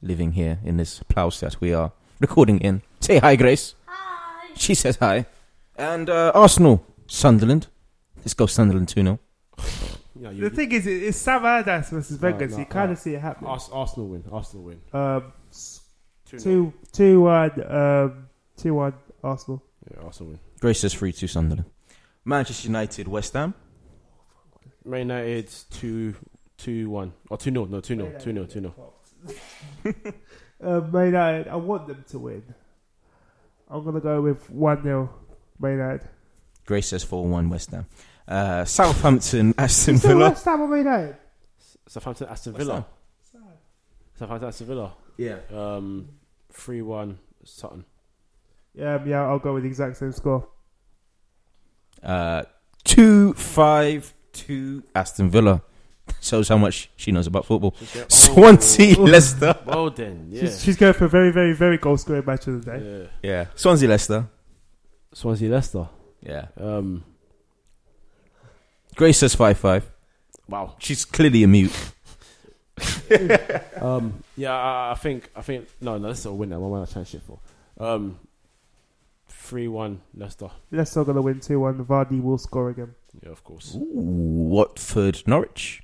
Speaker 1: living here in this place that we are recording in. Say hi, Grace. Hi. She says hi. And uh, Arsenal, Sunderland. Let's go Sunderland 2 0.
Speaker 3: Yeah, you,
Speaker 2: The thing is, it- it's Sam Allardyce versus
Speaker 3: No,
Speaker 2: Wenger, so
Speaker 3: no,
Speaker 2: you kind
Speaker 3: no.
Speaker 2: of see it happening.
Speaker 3: Ars- Arsenal win. Arsenal win.
Speaker 2: Um, s-
Speaker 3: 2-0.
Speaker 2: two, two, one, um, two, one, Arsenal.
Speaker 3: Yeah, Arsenal win.
Speaker 1: Grace says 3 2 Sunderland. Manchester United, West Ham.
Speaker 3: Man United two two one or two 0 No two 0 two 0 two 0
Speaker 2: *laughs* um, Man United, I want them to win. I'm gonna go with one 0 Man United.
Speaker 1: Grace says 4 1 West Ham. Uh, *laughs* Southampton, Aston
Speaker 2: Still
Speaker 1: Villa.
Speaker 2: West Ham or Man United?
Speaker 3: Southampton Aston
Speaker 1: What's
Speaker 3: Villa.
Speaker 1: that?
Speaker 3: Southampton Aston Villa.
Speaker 1: Yeah.
Speaker 3: Um, three one Sutton.
Speaker 2: Yeah, um, yeah. I'll go with the exact same score.
Speaker 1: Uh, 2 5 2 Aston Villa. Shows how much she oh. knows about football.
Speaker 3: Okay.
Speaker 1: *laughs* Swansea, Leicester.
Speaker 3: Oh, Well *laughs* then, yeah.
Speaker 2: She's, she's going for a very, very, very goal scoring match of the day.
Speaker 3: yeah.
Speaker 1: Yeah. Swansea, Leicester.
Speaker 3: Swansea Leicester.
Speaker 1: Yeah.
Speaker 3: Um,
Speaker 1: Grace says 5 5.
Speaker 3: wow.
Speaker 1: She's clearly a mute.
Speaker 3: Um, yeah, I, I think I think no, no, Leicester will win that. What am I trying to shit for? Um, three one Leicester.
Speaker 2: Leicester going to win 2 1. Vardy will score again.
Speaker 3: Yeah, of course.
Speaker 1: Ooh, Watford, Norwich.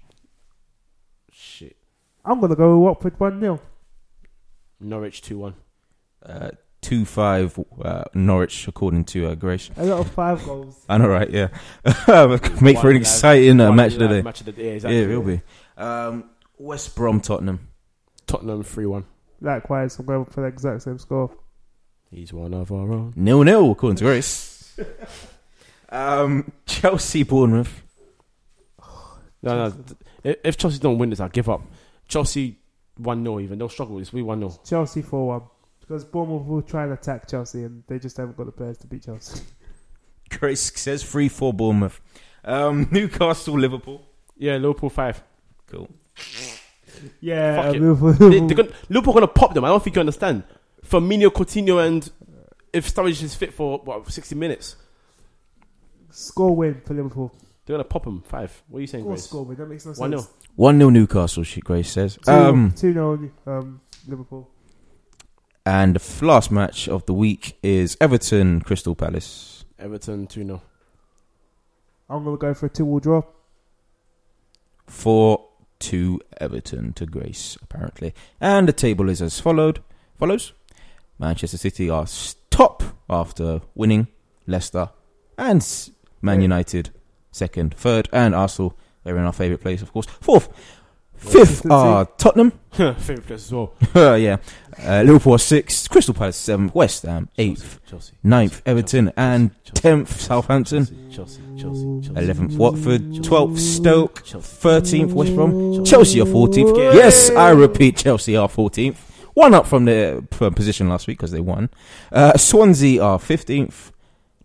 Speaker 3: Shit.
Speaker 2: I'm going to go with Watford 1 0.
Speaker 3: Norwich two one.
Speaker 1: Uh, 2 5 uh, Norwich, according to uh, Grace.
Speaker 2: A lot of five goals.
Speaker 1: I know, right? Yeah. *laughs* Make for an exciting uh, match today.
Speaker 3: Match of the day. Exactly.
Speaker 1: Yeah, it will be. Um, West Brom, Tottenham.
Speaker 3: Tottenham three one.
Speaker 2: Likewise, I'm going for the exact same score.
Speaker 3: He's one of our own.
Speaker 1: Nil nil, according to Grace. *laughs* um, Chelsea, Bournemouth.
Speaker 3: No, no. th- if- If Chelsea don't win this, I give up. Chelsea one 0 even they'll struggle. It's we one 0
Speaker 2: Chelsea 4 1. Because Bournemouth will try and attack Chelsea and they just haven't got the players to beat Chelsea. *laughs*
Speaker 1: Grace says 3 4 Bournemouth. Um, *laughs* Newcastle, Liverpool.
Speaker 3: Yeah,
Speaker 1: *laughs*
Speaker 3: Liverpool five.
Speaker 1: Cool.
Speaker 2: yeah,
Speaker 3: Fuck it.
Speaker 2: Liverpool. *laughs*
Speaker 3: they, they're gonna, Liverpool gonna pop them. I don't think you understand. Firmino, Coutinho, and if Sturridge is fit for what sixty minutes,
Speaker 2: score win for Liverpool.
Speaker 3: they're gonna pop him five. What are you saying,
Speaker 2: Of course,
Speaker 3: Grace?
Speaker 2: score win. That makes no sense.
Speaker 3: 1 0.
Speaker 1: 1 0 Newcastle, she, Grace says.
Speaker 2: 2
Speaker 1: Um,
Speaker 2: 2 0 um, Liverpool.
Speaker 1: And the f- last match of the week is Everton Crystal Palace.
Speaker 3: Everton 2 *laughs* 0.
Speaker 2: I'm going to go for a 2 all draw.
Speaker 1: 4 2 Everton to Grace, apparently. And the table is as followed follows. Manchester City are s- top after winning Leicester and s- Man
Speaker 2: Yeah.
Speaker 1: United second, third, and Arsenal They're in our favourite place, of course. Fourth. Fifth
Speaker 2: Consistency.
Speaker 1: are Tottenham. *laughs*
Speaker 3: Favorite place as well.
Speaker 1: yeah. Uh, Liverpool are sixth. Crystal Palace seventh. West Ham eighth.
Speaker 3: Chelsea, Chelsea.
Speaker 1: Ninth, Everton. And
Speaker 3: Chelsea,
Speaker 1: tenth, Southampton.
Speaker 3: Chelsea, Chelsea, Chelsea, Chelsea.
Speaker 1: 11th Watford, 12th Stoke,
Speaker 3: Chelsea.
Speaker 1: 13th West Brom, Chelsea are 14th. Yes, I repeat, Chelsea are 14th. One up from their p- position last week because they won. Uh, Swansea are 15th,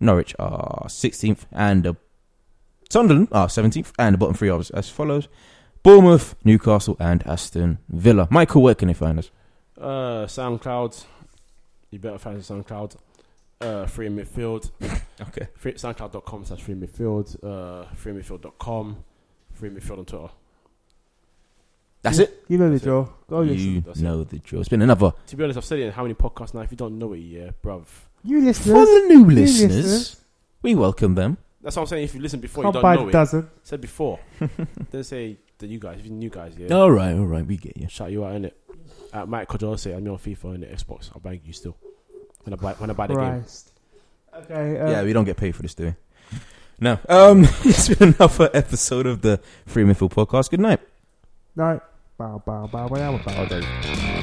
Speaker 1: Norwich are 16th, and uh, Sunderland are 17th, and the bottom three are as- as follows. Bournemouth, Newcastle, and Aston Villa. Michael, where can they find us?
Speaker 3: Uh, SoundCloud. You better find us on SoundCloud. Uh, free midfield.
Speaker 1: Okay.
Speaker 3: Free, SoundCloud.com slash free midfield. Uh, free midfield.com. Free midfield on Twitter.
Speaker 1: That's it.
Speaker 2: You know the
Speaker 3: That's it.
Speaker 2: drill. Go listen.
Speaker 1: you
Speaker 3: Oh, that's it.
Speaker 1: know the drill. It's been another
Speaker 3: To be honest, I've said it in how many podcasts now. If you don't know it, yeah, bruv.
Speaker 2: You
Speaker 1: for
Speaker 2: listeners.
Speaker 1: the new
Speaker 2: New
Speaker 1: listeners.
Speaker 2: listeners.
Speaker 1: We welcome them.
Speaker 3: That's what I'm saying. If you listen before, you
Speaker 2: Can't
Speaker 3: don't
Speaker 2: buy
Speaker 3: know
Speaker 2: a
Speaker 3: it.
Speaker 2: dozen.
Speaker 3: said before. Don't say that you guys. If you new guys, yeah.
Speaker 1: All right, all right, we get you.
Speaker 3: Shout you out in it. At Mike Codorse, I'm on FIFA and the Xbox. I'll bang you still. When I buy, when I buy the game.
Speaker 2: Christ. Okay. Um,
Speaker 1: yeah, we don't get paid for this, do we? No. Um, *laughs* it's been another episode of the Free Midfield Podcast. Good night.
Speaker 2: No. Bow, bow, bow, bow, bow, bow.
Speaker 1: Okay.